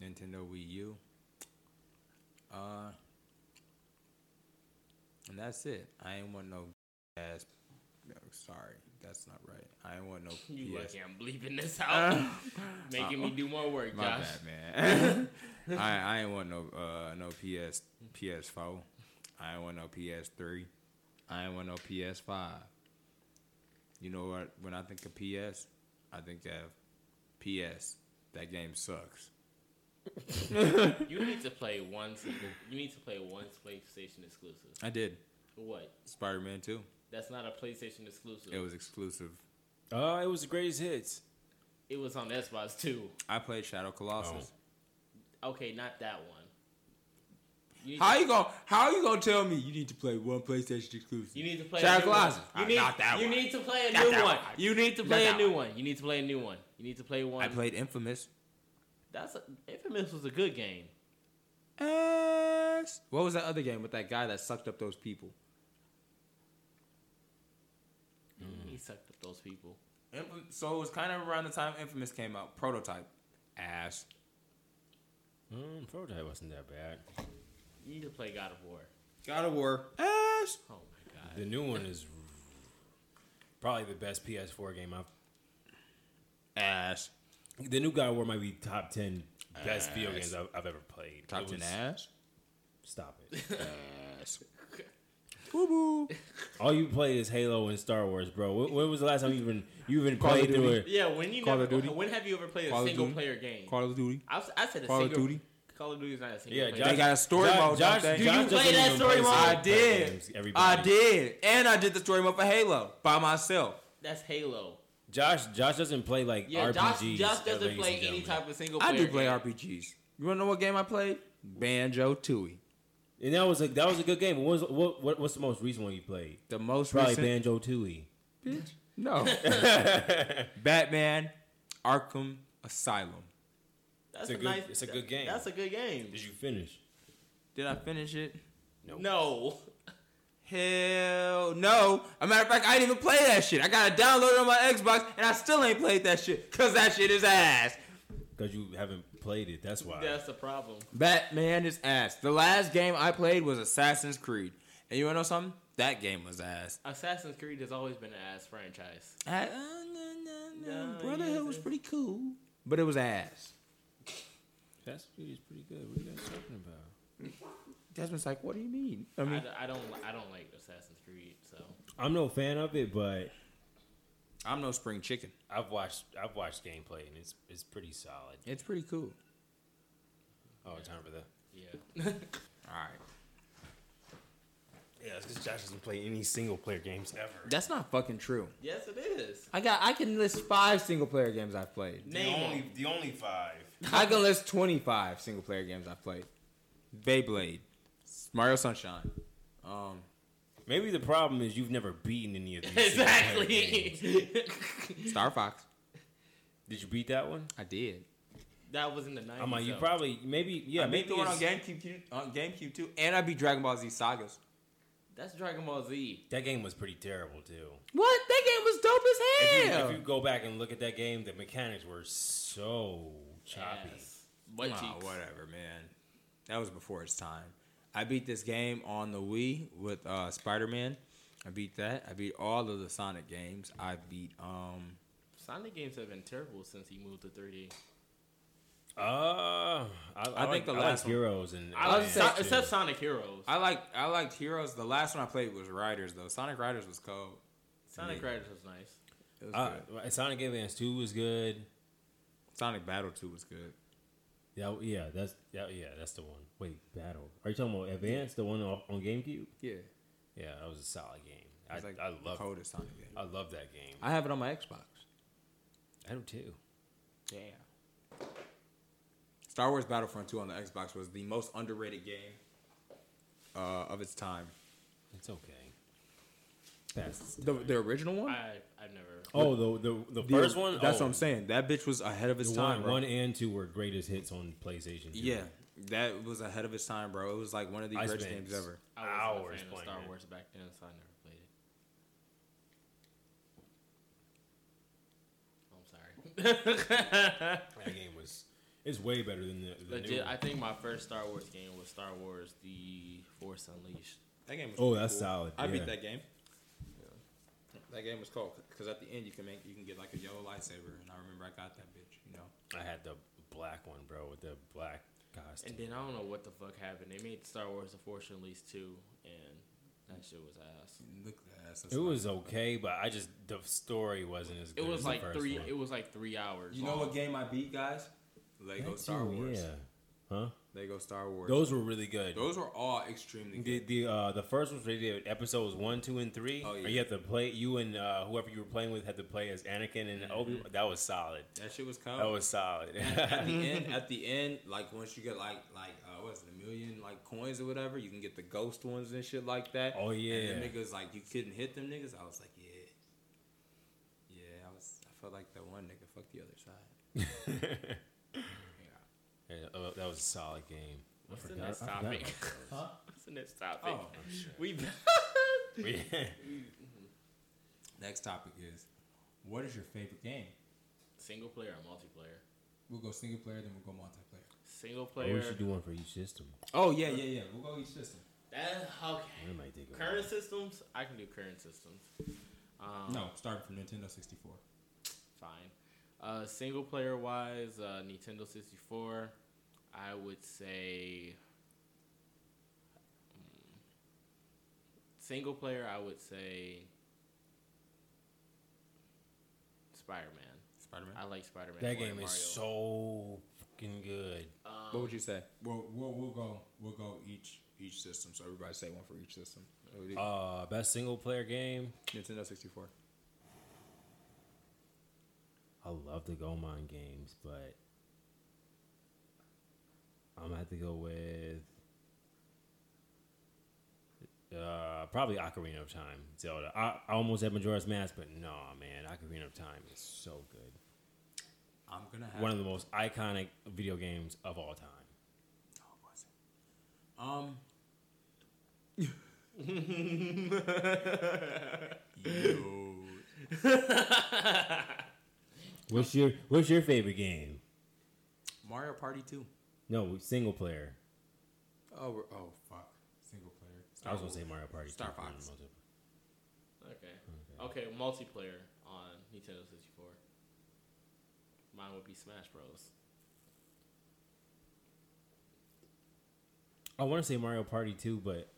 Speaker 1: Nintendo Wii U. Uh, and that's it. I ain't want no ass. No, sorry, that's not right. I ain't want no. PS
Speaker 3: You lucky I'm bleeping this out,
Speaker 2: *laughs*
Speaker 3: making
Speaker 2: Uh,
Speaker 3: me do more work,
Speaker 1: my
Speaker 3: Josh.
Speaker 1: bad, man. *laughs* I I ain't want no uh no PS PS4. I ain't want no PS3. I ain't want no PS5. You know what? When I think of PS, I think of PS. That game sucks.
Speaker 3: *laughs* You need to play one single. You need to play one PlayStation exclusive.
Speaker 1: I did
Speaker 3: What?
Speaker 1: Spider Man 2.
Speaker 3: That's not a PlayStation exclusive.
Speaker 1: It was exclusive.
Speaker 2: *laughs* oh, it was the greatest hits.
Speaker 3: It was on Xbox too.
Speaker 1: I played Shadow Colossus.
Speaker 3: Oh. Okay, not that one. You need
Speaker 1: How
Speaker 3: to,
Speaker 1: you gonna How you gonna tell me you need to play one PlayStation exclusive?
Speaker 3: you need to play
Speaker 1: Shadow
Speaker 3: a new one.
Speaker 1: Colossus.
Speaker 3: You
Speaker 1: Ah,
Speaker 3: need,
Speaker 1: not that
Speaker 3: you
Speaker 1: one.
Speaker 3: need to play a
Speaker 1: Not
Speaker 3: new
Speaker 1: that
Speaker 3: one.
Speaker 1: one.
Speaker 3: You need to
Speaker 1: Not
Speaker 3: play a
Speaker 1: that
Speaker 3: new
Speaker 1: one.
Speaker 3: one. You need to play a new one. You need to play one.
Speaker 1: I played Infamous.
Speaker 3: That's a, Infamous was a good game.
Speaker 1: Ass. What was that other game with that guy that sucked up those people? Mm-hmm.
Speaker 3: He sucked up those people.
Speaker 1: Infam- so it was kind of around the time Infamous came out. Prototype. Ass.
Speaker 2: Mm, Prototype wasn't that bad.
Speaker 3: You need to play God of War.
Speaker 1: God of War. Ass.
Speaker 3: Oh my god.
Speaker 2: The new one is probably the best PS4 game I've
Speaker 1: Ass.
Speaker 2: The new God of War might be top ten best video games I've, I've ever played.
Speaker 1: Top
Speaker 2: It
Speaker 1: ten
Speaker 2: was-
Speaker 1: ass.
Speaker 2: Stop it.
Speaker 1: Ass. Boo *laughs* boo.
Speaker 2: All you play is Halo and Star Wars, bro. When, when was the last time you even you even
Speaker 1: Call of
Speaker 2: played through
Speaker 1: Duty.
Speaker 2: it?
Speaker 3: Yeah, when you
Speaker 1: Call
Speaker 3: never,
Speaker 1: of Duty.
Speaker 3: when have you ever played
Speaker 1: Call
Speaker 3: a
Speaker 1: of
Speaker 3: single
Speaker 1: Duty.
Speaker 3: player game?
Speaker 1: Call of Duty.
Speaker 3: I, was- I said a
Speaker 1: Call of
Speaker 3: single.
Speaker 1: Duty.
Speaker 3: Call of Duty is not a single
Speaker 2: Yeah,
Speaker 3: player.
Speaker 2: Josh,
Speaker 1: They got a story
Speaker 2: Josh,
Speaker 1: mode,
Speaker 2: Josh,
Speaker 1: don't they?
Speaker 2: Josh
Speaker 3: Do you play
Speaker 2: doesn't
Speaker 3: that
Speaker 2: even
Speaker 3: story
Speaker 2: play single
Speaker 3: mode?
Speaker 1: I
Speaker 2: player
Speaker 1: did.
Speaker 2: games, everybody.
Speaker 1: I did, and I did the story mode for Halo by myself.
Speaker 3: That's Halo.
Speaker 2: Josh Josh doesn't play like
Speaker 3: Yeah,
Speaker 2: RPGs.
Speaker 3: Josh, Josh doesn't
Speaker 2: ladies
Speaker 3: play
Speaker 2: and
Speaker 3: any
Speaker 2: gentlemen.
Speaker 3: type of single player.
Speaker 1: I do play
Speaker 3: game.
Speaker 1: RPGs. You wanna know what game I played? Banjo Tooie.
Speaker 2: And that was a that was a good game. What was what, what what's the most recent one you played?
Speaker 1: The most
Speaker 2: Probably
Speaker 1: recent.
Speaker 2: Banjo Tooie.
Speaker 1: *laughs* no. Batman, Arkham Asylum.
Speaker 2: It's
Speaker 3: That's
Speaker 2: a good-
Speaker 3: nice,
Speaker 2: it's a good game.
Speaker 3: That's a good game.
Speaker 2: Did you finish?
Speaker 1: Did I finish it?
Speaker 3: No.
Speaker 1: Hell no. A matter of fact, I didn't even play that shit. I got it downloaded on my Xbox and I still ain't played that shit. Cause that shit is ass.
Speaker 2: Because you haven't played it. That's why.
Speaker 3: *laughs* That's the problem.
Speaker 1: Batman is ass. The last game I played was Assassin's Creed. And you wanna know something? That game was ass.
Speaker 3: Assassin's Creed has always been an ass franchise.
Speaker 1: I, uh, no, no, no.
Speaker 3: No,
Speaker 1: Brotherhood
Speaker 3: yeah,
Speaker 1: was
Speaker 3: that's-
Speaker 1: pretty cool. But it was ass.
Speaker 2: That's pretty, pretty good. What are you guys talking about?
Speaker 1: Desmond's like, what do you mean? I
Speaker 3: I,
Speaker 1: mean,
Speaker 3: d- I don't I don't like Assassin's Creed, so
Speaker 2: I'm no fan of it, but
Speaker 1: I'm no spring chicken.
Speaker 2: I've watched I've watched gameplay and it's it's pretty solid.
Speaker 1: It's pretty cool.
Speaker 2: Oh, time for that. *laughs*
Speaker 3: yeah.
Speaker 1: Alright.
Speaker 2: Yeah, it's because Josh doesn't play any single player games ever.
Speaker 1: That's not fucking true.
Speaker 3: yes, it is.
Speaker 1: I got I can list five single player games I've played.
Speaker 3: Name them.
Speaker 2: the only five.
Speaker 1: I can list 25 single player games I've played. Beyblade, Mario Sunshine. Um,
Speaker 2: Maybe the problem is you've never beaten any of these. single player games.
Speaker 3: exactly.
Speaker 1: Star Fox.
Speaker 2: *laughs* Did you beat that one?
Speaker 1: I did.
Speaker 3: *laughs* that was in the nineties.
Speaker 2: I'm like, you probably maybe yeah
Speaker 1: I beat
Speaker 2: maybe
Speaker 1: the one on
Speaker 2: it's-
Speaker 1: GameCube, too- on GameCube too, and I beat Dragon Ball Z Sagas.
Speaker 3: That's Dragon Ball Z.
Speaker 2: That game was pretty terrible too.
Speaker 3: What? That game was dope
Speaker 2: If
Speaker 3: as
Speaker 2: you,
Speaker 3: hell.
Speaker 2: if you go back and look at that game, the mechanics were so choppy.
Speaker 3: Ass. Butt
Speaker 1: Nah,
Speaker 3: cheeks.
Speaker 1: whatever, man. That was before its time. I beat this game on the Wii with uh, Spider Man. I beat that. I beat all of the Sonic games. I beat um
Speaker 3: Sonic games have been terrible since he moved to 3D.
Speaker 2: Uh, I, I,
Speaker 1: think
Speaker 2: like,
Speaker 1: the
Speaker 2: I
Speaker 1: last
Speaker 2: like
Speaker 1: one-
Speaker 2: heroes and
Speaker 3: I
Speaker 2: and-
Speaker 3: like so, except Sonic Heroes.
Speaker 1: I like I liked Heroes. The last one I played was Riders though. Sonic Riders was cold.
Speaker 3: Sonic Riders was nice.
Speaker 1: It was
Speaker 2: uh,
Speaker 1: good.
Speaker 2: Sonic Advance Two was good.
Speaker 1: Sonic Battle 2 was good.
Speaker 2: Yeah, yeah, that's yeah, yeah, that's the one. Wait, Battle? Are you talking about Advance, the one on, on GameCube?
Speaker 1: Yeah.
Speaker 2: Yeah, that was a solid game. I
Speaker 1: It's like
Speaker 2: I
Speaker 1: the
Speaker 2: love
Speaker 1: coldest Sonic game.
Speaker 2: I love that game.
Speaker 1: I have it on my Xbox.
Speaker 2: I do too.
Speaker 1: Yeah. Star Wars Battlefront 2 on the Xbox was the most underrated game uh, of its time.
Speaker 2: It's okay. That's
Speaker 1: The, the original one?
Speaker 3: I I've never.
Speaker 2: oh the the the
Speaker 1: The-
Speaker 2: first one.
Speaker 1: That's
Speaker 2: oh,
Speaker 1: what I'm saying. That bitch was ahead of
Speaker 2: the
Speaker 1: its time,
Speaker 2: one,
Speaker 1: bro.
Speaker 2: one and two were greatest hits on PlayStation. 2.
Speaker 1: yeah, that was ahead of its time, bro. It was like one of the
Speaker 2: I
Speaker 1: greatest
Speaker 2: spent
Speaker 1: games ever.
Speaker 3: I wasn't
Speaker 2: hours
Speaker 3: a fan of
Speaker 2: playing
Speaker 3: Star
Speaker 2: it.
Speaker 3: Wars back then, so I never played it. I'm Oh, sorry. *laughs*
Speaker 2: that game was. It's way better than the, the new.
Speaker 3: Legit, I think my first Star Wars game was Star Wars: The Force Unleashed.
Speaker 1: That game. Was
Speaker 2: Oh,
Speaker 1: pretty
Speaker 2: that's solid,
Speaker 1: I
Speaker 2: yeah.
Speaker 1: beat that game. That game was cool because at the end you can make you can get like a yellow lightsaber, and I remember I got that bitch. You know,
Speaker 2: I had the black one, bro, with the black costume.
Speaker 3: And then I don't know what the fuck happened. They made Star Wars: The Force Unleashed two, and that shit was ass.
Speaker 1: look at that. ass, that's
Speaker 2: It
Speaker 1: like-
Speaker 2: was okay, but I just the story wasn't as good.
Speaker 3: It
Speaker 2: as
Speaker 3: was
Speaker 2: the
Speaker 3: like
Speaker 2: first
Speaker 3: three.
Speaker 2: One.
Speaker 3: It was like three hours.
Speaker 1: You know
Speaker 3: long.
Speaker 1: what game I beat, guys? Lego
Speaker 2: That
Speaker 1: Star
Speaker 2: too,
Speaker 1: Wars.
Speaker 2: Yeah. Huh?
Speaker 1: Lego Star Wars. Those
Speaker 2: Those were really good.
Speaker 1: those were all extremely
Speaker 2: the
Speaker 1: good.
Speaker 2: the uh, the first ones they did episodes one, two, and three.
Speaker 1: Oh, yeah.
Speaker 2: Or you have to play you and uh, whoever you were playing with had to play as Anakin and Obi. That was solid.
Speaker 1: That shit was cold.
Speaker 2: That was solid.
Speaker 1: at
Speaker 2: *laughs*
Speaker 1: the end, at the end, like once you get like like uh, what is it, a million like coins or whatever, you can get the ghost ones and shit like that.
Speaker 2: Oh, yeah.
Speaker 1: and the niggas like you couldn't hit them niggas. I was like, yeah, yeah. I was, I felt like that one nigga fucked the other side.
Speaker 2: Yeah, uh, that was a solid game. I
Speaker 3: What's the
Speaker 2: forgot-
Speaker 3: next
Speaker 2: I forgot
Speaker 3: topic? *laughs*
Speaker 4: Huh?
Speaker 3: What's the next topic?
Speaker 1: Oh,
Speaker 3: We *laughs*
Speaker 2: about that.
Speaker 1: next topic is
Speaker 4: What is your favorite game?
Speaker 3: single player or multiplayer?
Speaker 4: We'll go single player, then we'll go multiplayer.
Speaker 3: Single
Speaker 2: Well,
Speaker 3: player.
Speaker 2: Oh, we should do one for each system.
Speaker 1: oh yeah yeah yeah.
Speaker 4: Yeah, we'll go each system.
Speaker 3: that, okay.
Speaker 2: I might think of
Speaker 3: Current systems. I can do current systems.
Speaker 1: Uh-huh.
Speaker 3: Um,
Speaker 4: No, starting from Nintendo 64.
Speaker 3: fine. Uh, single player wise, uh, Nintendo 64, I would say. mm, Single player, I would say. Spider Man.
Speaker 1: Spider Man.
Speaker 3: I like Spider Man.
Speaker 2: that game is so fucking good.
Speaker 3: Um,
Speaker 1: What would you say?
Speaker 4: We'll, we'll, we'll go we'll go each.
Speaker 1: Each system. So everybody say one for each system.
Speaker 2: Uh, best single player game.
Speaker 1: Nintendo sixty four.
Speaker 2: I love the Gomon games, but I'm gonna have to go with uh, probably Ocarina of Time, Zelda. I, I almost had Majora's Mask, but no, man, Ocarina of Time is so good.
Speaker 1: I'm gonna have
Speaker 2: One of the most iconic video games of all time.
Speaker 1: No, it wasn't. Um. Yo.
Speaker 2: What's your What's your favorite game?
Speaker 1: *laughs* Mario Party 2.
Speaker 2: No, single player.
Speaker 1: Oh, we're- oh, fuck.
Speaker 4: Single player.
Speaker 2: I was gonna say Mario Party.
Speaker 1: Oh, Star
Speaker 2: two, but
Speaker 1: Fox.
Speaker 2: multiple-
Speaker 3: okay. Okay, multiplayer on Nintendo 64. Mine would be Smash Bros.
Speaker 2: I want to say Mario Party 2, but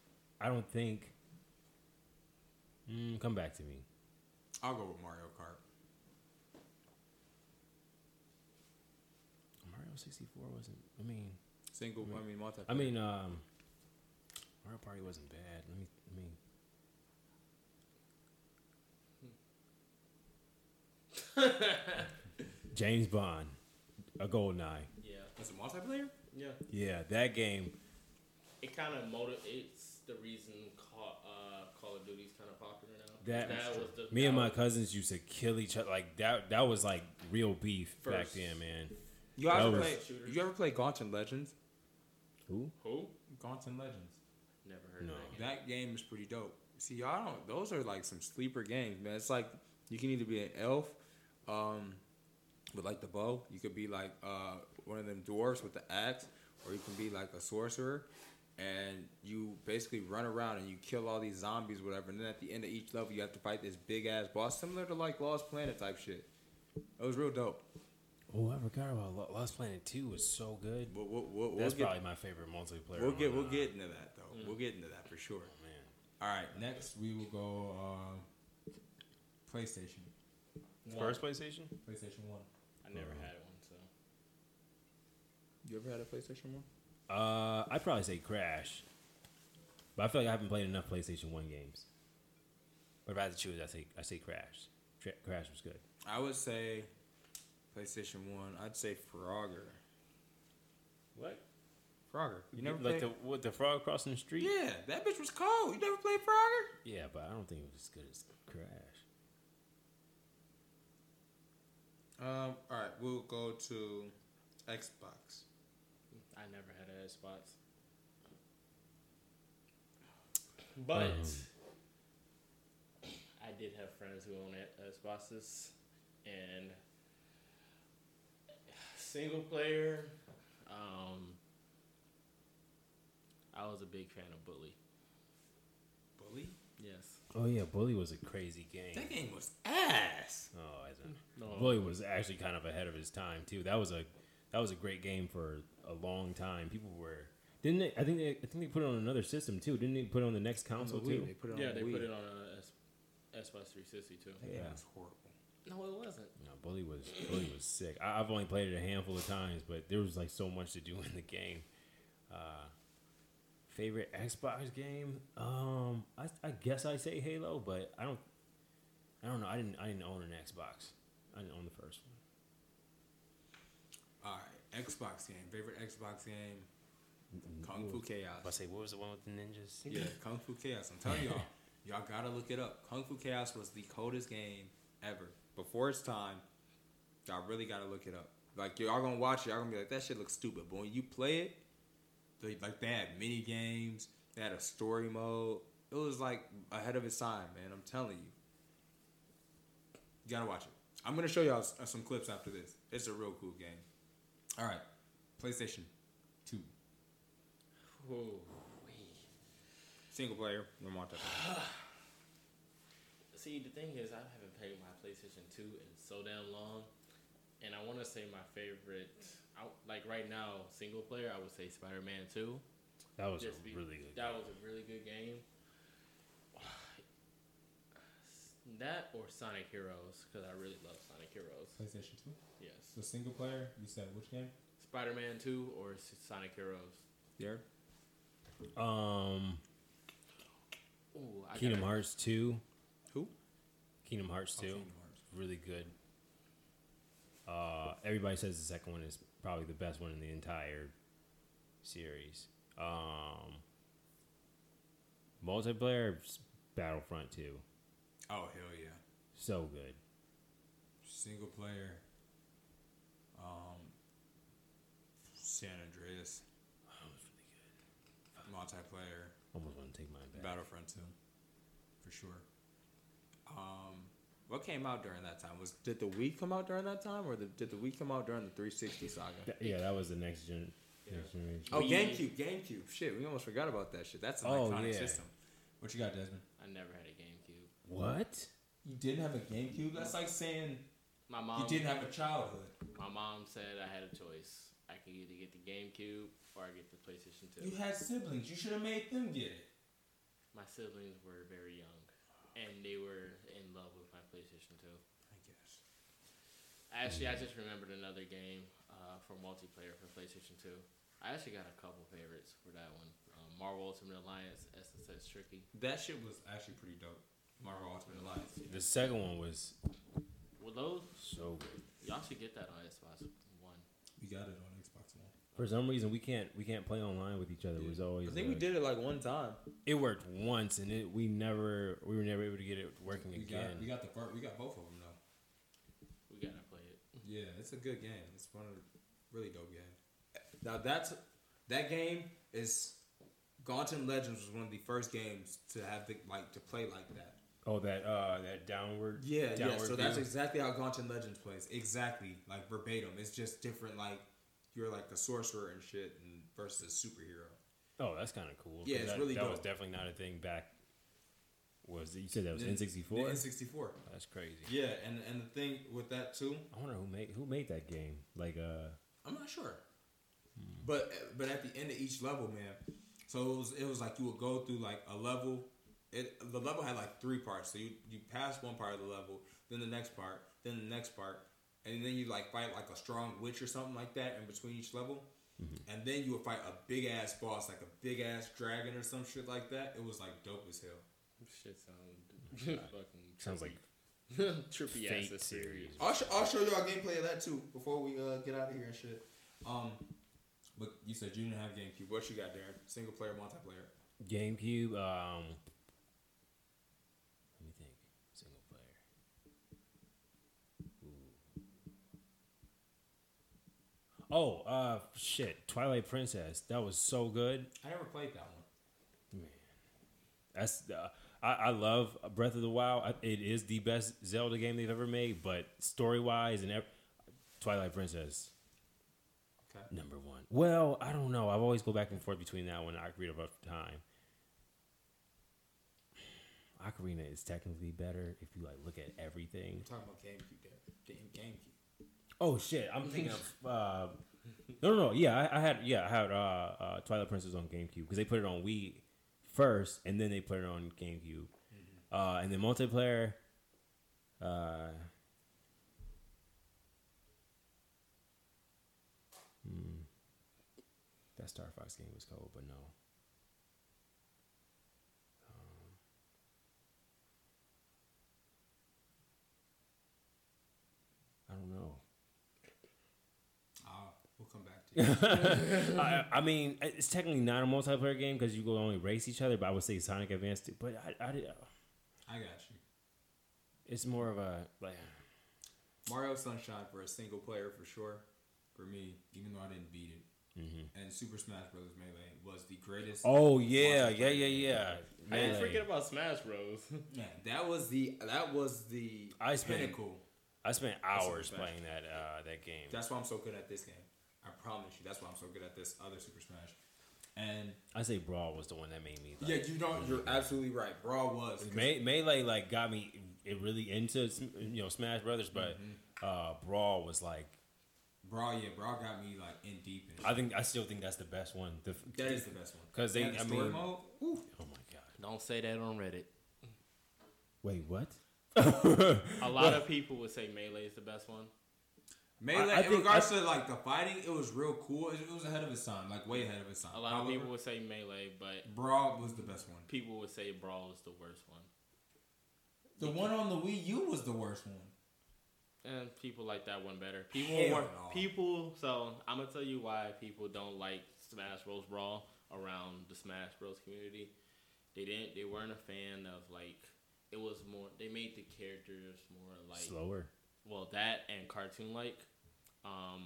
Speaker 2: I don't think. Mm, come back to me.
Speaker 1: I'll go with Mario Kart.
Speaker 2: Mario 64 wasn't. I mean,
Speaker 1: Single, I mean, multi.
Speaker 2: I mean, um, Mario Party wasn't bad. Let me, let me.
Speaker 3: *laughs*
Speaker 2: James Bond, a golden eye.
Speaker 3: Yeah.
Speaker 1: it's a multiplayer?
Speaker 3: Yeah.
Speaker 2: Yeah, that game.
Speaker 3: it kind of motivates the reason Call, uh, Call of Duty's kind of popular now.
Speaker 2: That,
Speaker 3: was the
Speaker 2: me and
Speaker 3: that
Speaker 2: my
Speaker 3: was-
Speaker 2: cousins used to kill each other. Like that. That was like real beef back
Speaker 3: First.
Speaker 2: then, man.
Speaker 1: You
Speaker 2: That
Speaker 1: ever
Speaker 2: was-
Speaker 1: play? You ever play Gauntlet Legends?
Speaker 2: Who?
Speaker 3: who?
Speaker 4: Gauntlet Legends.
Speaker 3: Never heard
Speaker 2: No.
Speaker 3: of that game.
Speaker 1: That game is pretty dope. See, y'all don't. Those are like some sleeper games, man. It's like you can either be an elf, um, with like the bow. You could be like uh one of them dwarfs with the axe, or you can be like a sorcerer, and you basically run around and you kill all these zombies, whatever. And then at the end of each level, you have to fight this big ass boss, similar to like Lost Planet type shit. It was real dope.
Speaker 2: Oh, I forgot about Lo- Lost Planet Two was so good.
Speaker 1: But we'll, we'll, we'll
Speaker 2: That's
Speaker 1: get,
Speaker 2: probably my favorite multiplayer.
Speaker 1: we'll get
Speaker 2: one,
Speaker 1: we'll
Speaker 2: uh,
Speaker 1: get into that though. We'll get into that for sure.
Speaker 2: Man,
Speaker 1: All right,
Speaker 4: Next, we will go uh, PlayStation.
Speaker 2: first Uh-huh. PlayStation.
Speaker 4: PlayStation One.
Speaker 3: I never had one, so
Speaker 1: you ever had a PlayStation One?
Speaker 2: Uh, I'd probably say Crash, but I feel like I haven't played enough PlayStation One games. But if I had to choose, I say I say Crash. Tra- Crash was good.
Speaker 1: I would say PlayStation One. I'd say Frogger.
Speaker 2: What?
Speaker 1: Frogger. You never
Speaker 2: like
Speaker 1: played?
Speaker 2: the what the frog crossing the street?
Speaker 1: yeah, that bitch was cold. You never played Frogger?
Speaker 2: Yeah, but I don't think it was as good as Crash.
Speaker 1: Um. All right, we'll go to Xbox.
Speaker 3: I never had an Xbox. But
Speaker 2: Um.
Speaker 3: I did have friends who owned Xboxes, and single player. Um, I was a big fan of Bully.
Speaker 1: Bully.
Speaker 3: Yes.
Speaker 2: Oh yeah, Bully was a crazy game.
Speaker 1: That game was ass.
Speaker 2: Oh, as in,
Speaker 3: No.
Speaker 2: Bully was actually kind of ahead of his time too. That was a that was a great game for a long time. People were didn't they? I think they I think they put it on another system too. Didn't they put it on the next console too?
Speaker 1: put
Speaker 3: Yeah, they put it on a S- Xbox 360 too.
Speaker 1: That game
Speaker 2: Yeah.
Speaker 1: was horrible.
Speaker 3: No, it wasn't.
Speaker 2: No, Bully was Bully was sick. I, I've only played it a handful of times, but there was like so much to do in the game. Uh, favorite Xbox game? Um, I, I guess I say Halo, but I don't. I don't know. I didn't. I didn't own an Xbox. I didn't own the first one.
Speaker 1: All right, Xbox game. Favorite Xbox game? Kung
Speaker 2: What
Speaker 1: Fu
Speaker 2: was- I
Speaker 1: Chaos.
Speaker 2: say, what was the one with the ninjas?
Speaker 1: Yeah, Kung Fu Chaos. I'm
Speaker 4: *laughs*
Speaker 1: telling y'all, y'all gotta look it up. Kung Fu Chaos was the coldest game ever. Before its time, y'all really gotta look it up. Like y'all gonna watch it, y'all gonna be like, that shit looks stupid. But when you play it, they like they had mini games, they had a story mode. It was like ahead of its time, man. I'm telling you. You gotta watch it. I'm gonna show y'all s- uh, some clips after this. It's a real cool game. All right, PlayStation Two,
Speaker 3: Ooh.
Speaker 1: single player. We want that.
Speaker 3: See, the thing is, I haven't played my PlayStation 2 in so damn long. And I want to say my favorite, I, like right now, single player, I would say Spider Man 2.
Speaker 2: That was
Speaker 3: Just
Speaker 2: a
Speaker 3: be-
Speaker 2: really good.
Speaker 3: That was a really good game. *sighs* That or Sonic Heroes, because I really love Sonic Heroes.
Speaker 4: PlayStation Two.
Speaker 3: Yes.
Speaker 4: So single player. You said which game?
Speaker 3: Spider Man 2 or S- Sonic Heroes?
Speaker 1: Yeah.
Speaker 2: Um,
Speaker 3: Ooh, I
Speaker 2: Kingdom
Speaker 3: gotta-
Speaker 2: Hearts two.
Speaker 1: Who?
Speaker 2: Kingdom Hearts two. Really good. Uh, everybody says the second one is probably the best one in the entire series. Um, multiplayer s- Battlefront two.
Speaker 1: Oh hell yeah.
Speaker 2: So good.
Speaker 1: single player. Um, San Andreas
Speaker 2: That was really good.
Speaker 1: multiplayer
Speaker 2: Almost want to take mine back.
Speaker 1: Battlefront Two, for sure. Um, what came out during that time was did the Wii come out during that time or the, did the Wii come out during the 360 saga?
Speaker 2: Th- yeah, that was the next gen. Next generation.
Speaker 1: Oh,
Speaker 3: Wii.
Speaker 1: GameCube, GameCube. Shit, we almost forgot about that shit. That's an
Speaker 2: Oh,
Speaker 1: iconic
Speaker 2: yeah.
Speaker 1: system.
Speaker 4: What you got, Desmond?
Speaker 3: I never had a GameCube.
Speaker 2: What?
Speaker 4: You didn't have a GameCube. That's like saying
Speaker 3: My
Speaker 4: you
Speaker 3: mom.
Speaker 4: didn't have a childhood.
Speaker 3: My mom said I had a choice. I could either get the GameCube or I get the PlayStation
Speaker 4: You
Speaker 3: 2.
Speaker 4: had siblings. You should have made them get it.
Speaker 3: My siblings were very young, and they were in love with my PlayStation 2.
Speaker 1: I guess.
Speaker 3: Actually, I just remembered another game uh, for multiplayer for PlayStation 2. I actually got a couple favorites for that one. Um, Marvel Ultimate Alliance, SSS Tricky.
Speaker 1: That shit was actually pretty dope. Marvel Ultimate Alliance.
Speaker 2: The second one was
Speaker 3: Well, those
Speaker 2: so good.
Speaker 3: y'all should get that on Xbox One.
Speaker 4: We got it on Xbox One.
Speaker 2: For some reason, we can't we can't play online with each other. It was always
Speaker 1: I think we
Speaker 2: like-
Speaker 1: did it like one time.
Speaker 2: It worked once, and it we never we were never able to get it working
Speaker 4: We
Speaker 2: again.
Speaker 4: got we got the fir- we got both of them though.
Speaker 3: We gotta play it.
Speaker 1: Yeah, it's a good game. It's one of the really dope games. Now that's that game is Gauntlet Legends was one of the first games to have the like to play like that.
Speaker 2: Oh, that uh, that downward.
Speaker 1: Yeah, yeah.
Speaker 2: downward
Speaker 1: So that's
Speaker 2: view.
Speaker 1: exactly how Gauntlet Legends plays. Exactly, like verbatim. It's just different. Like you're like a sorcerer and shit, and versus a superhero.
Speaker 2: oh, that's kind of cool. 'cause
Speaker 1: Yeah, it's
Speaker 2: that,
Speaker 1: really
Speaker 2: that
Speaker 1: dope.
Speaker 2: was definitely not a thing back. Was you said that was
Speaker 1: The-
Speaker 2: N sixty
Speaker 1: The
Speaker 2: four?
Speaker 1: N64.
Speaker 2: That's crazy.
Speaker 1: Yeah, and and the thing with that too,
Speaker 2: I wonder who made who made that game. Like uh,
Speaker 1: I'm not sure.
Speaker 2: Hmm.
Speaker 1: But but at the end of each level, man. So it was it was like you would go through like a level. It the level had like three parts. So you you pass one part of the level, then the next part, then the next part, and then you like fight like a strong witch or something like that in between each level.
Speaker 2: Mm-hmm.
Speaker 1: And then you would fight a big ass boss, like a big ass dragon or some shit like that. It was like dope as hell.
Speaker 3: Shit sound *laughs* fucking
Speaker 2: sounds like
Speaker 3: trippy *laughs*
Speaker 2: fate
Speaker 3: ass this series.
Speaker 2: series.
Speaker 1: I'll, sh- I'll show y'all gameplay of that too before we uh, get out of here and shit. Um, but you said you didn't have GameCube. What you got, Darren? Single player, multiplayer?
Speaker 2: GameCube. Um, let me think. Single player. Ooh. Oh, uh, shit! Twilight Princess. That was so good.
Speaker 1: I never played that one.
Speaker 2: That's uh, I, I love Breath of the Wild. I, it is the best Zelda game they've ever made, but story wise and ev- Twilight Princess.
Speaker 1: Okay.
Speaker 2: Number one. Well, I don't know. I've always go back and forth between that one and Ocarina of Time. Ocarina is technically better if you like look at everything.
Speaker 1: I'm talking about GameCube, Darren. Damn GameCube.
Speaker 2: Oh shit! I'm thinking of uh, no, no, no. Yeah, I, I had yeah, I had uh, uh, Twilight Princess on GameCube because they put it on Wii first, and then they put it on GameCube, uh, and then multiplayer. Uh, hmm, that Star Fox game was cold, but no. Um, I don't know.
Speaker 1: Ah, we'll come back to you.
Speaker 2: *laughs* I, I mean, it's technically not a multiplayer game because you will only race each other. But I would say Sonic Advance, too, but I, I, did-
Speaker 1: I got you.
Speaker 2: it's more of a like.
Speaker 1: Mario Sunshine for a single player for sure. For me, even though I didn't beat it. And Super Smash Bros. Melee was the greatest.
Speaker 2: Mm-hmm. Oh yeah, yeah, yeah, yeah.
Speaker 3: I didn't
Speaker 2: Melee.
Speaker 3: forget about Smash Bros.
Speaker 1: Yeah, that was the that was the
Speaker 2: I spent-
Speaker 1: pinnacle.
Speaker 2: I spent
Speaker 1: a
Speaker 2: hours
Speaker 1: fact.
Speaker 2: playing that uh, that game.
Speaker 1: That's why I'm so good at this game. I promise you. That's why I'm so good at this other Super Smash. And
Speaker 2: I say Brawl was the one that made me. Like,
Speaker 1: yeah, you don't. You're absolutely right. Brawl was. 'cause
Speaker 2: Me- Melee like got me it really into you know Smash Brothers, but uh, Brawl was like
Speaker 1: Brawl, yeah, Brawl got me like in deep. And
Speaker 2: I think I still think that's the best one. The,
Speaker 1: that is the best one.
Speaker 2: 'Cause they-
Speaker 1: And the
Speaker 2: I
Speaker 1: story
Speaker 2: mean-
Speaker 1: mode. Ooh.
Speaker 2: oh my god.
Speaker 3: Don't say that on Reddit.
Speaker 2: Wait, what?
Speaker 3: A
Speaker 2: *laughs*
Speaker 3: lot of people would say Melee is the best one.
Speaker 1: Melee,
Speaker 2: I
Speaker 1: in
Speaker 2: think-
Speaker 1: regards to like the fighting, it was real cool. It, it was ahead of its time, like way ahead of its time.
Speaker 3: A lot
Speaker 1: However,
Speaker 3: of people would say Melee, but
Speaker 1: Brawl was the best one.
Speaker 3: people would say Brawl is the worst one.
Speaker 1: The one on the Wii U was the worst one.
Speaker 3: And people like that one better. People
Speaker 1: Hell
Speaker 3: were
Speaker 1: no.
Speaker 3: people. So I'm gonna tell you why people don't like Smash Bros. Brawl around the Smash Bros. community. They didn't. They weren't a fan of like. It was more. They made the characters more like
Speaker 2: Slower.
Speaker 3: well that and cartoon like. Um,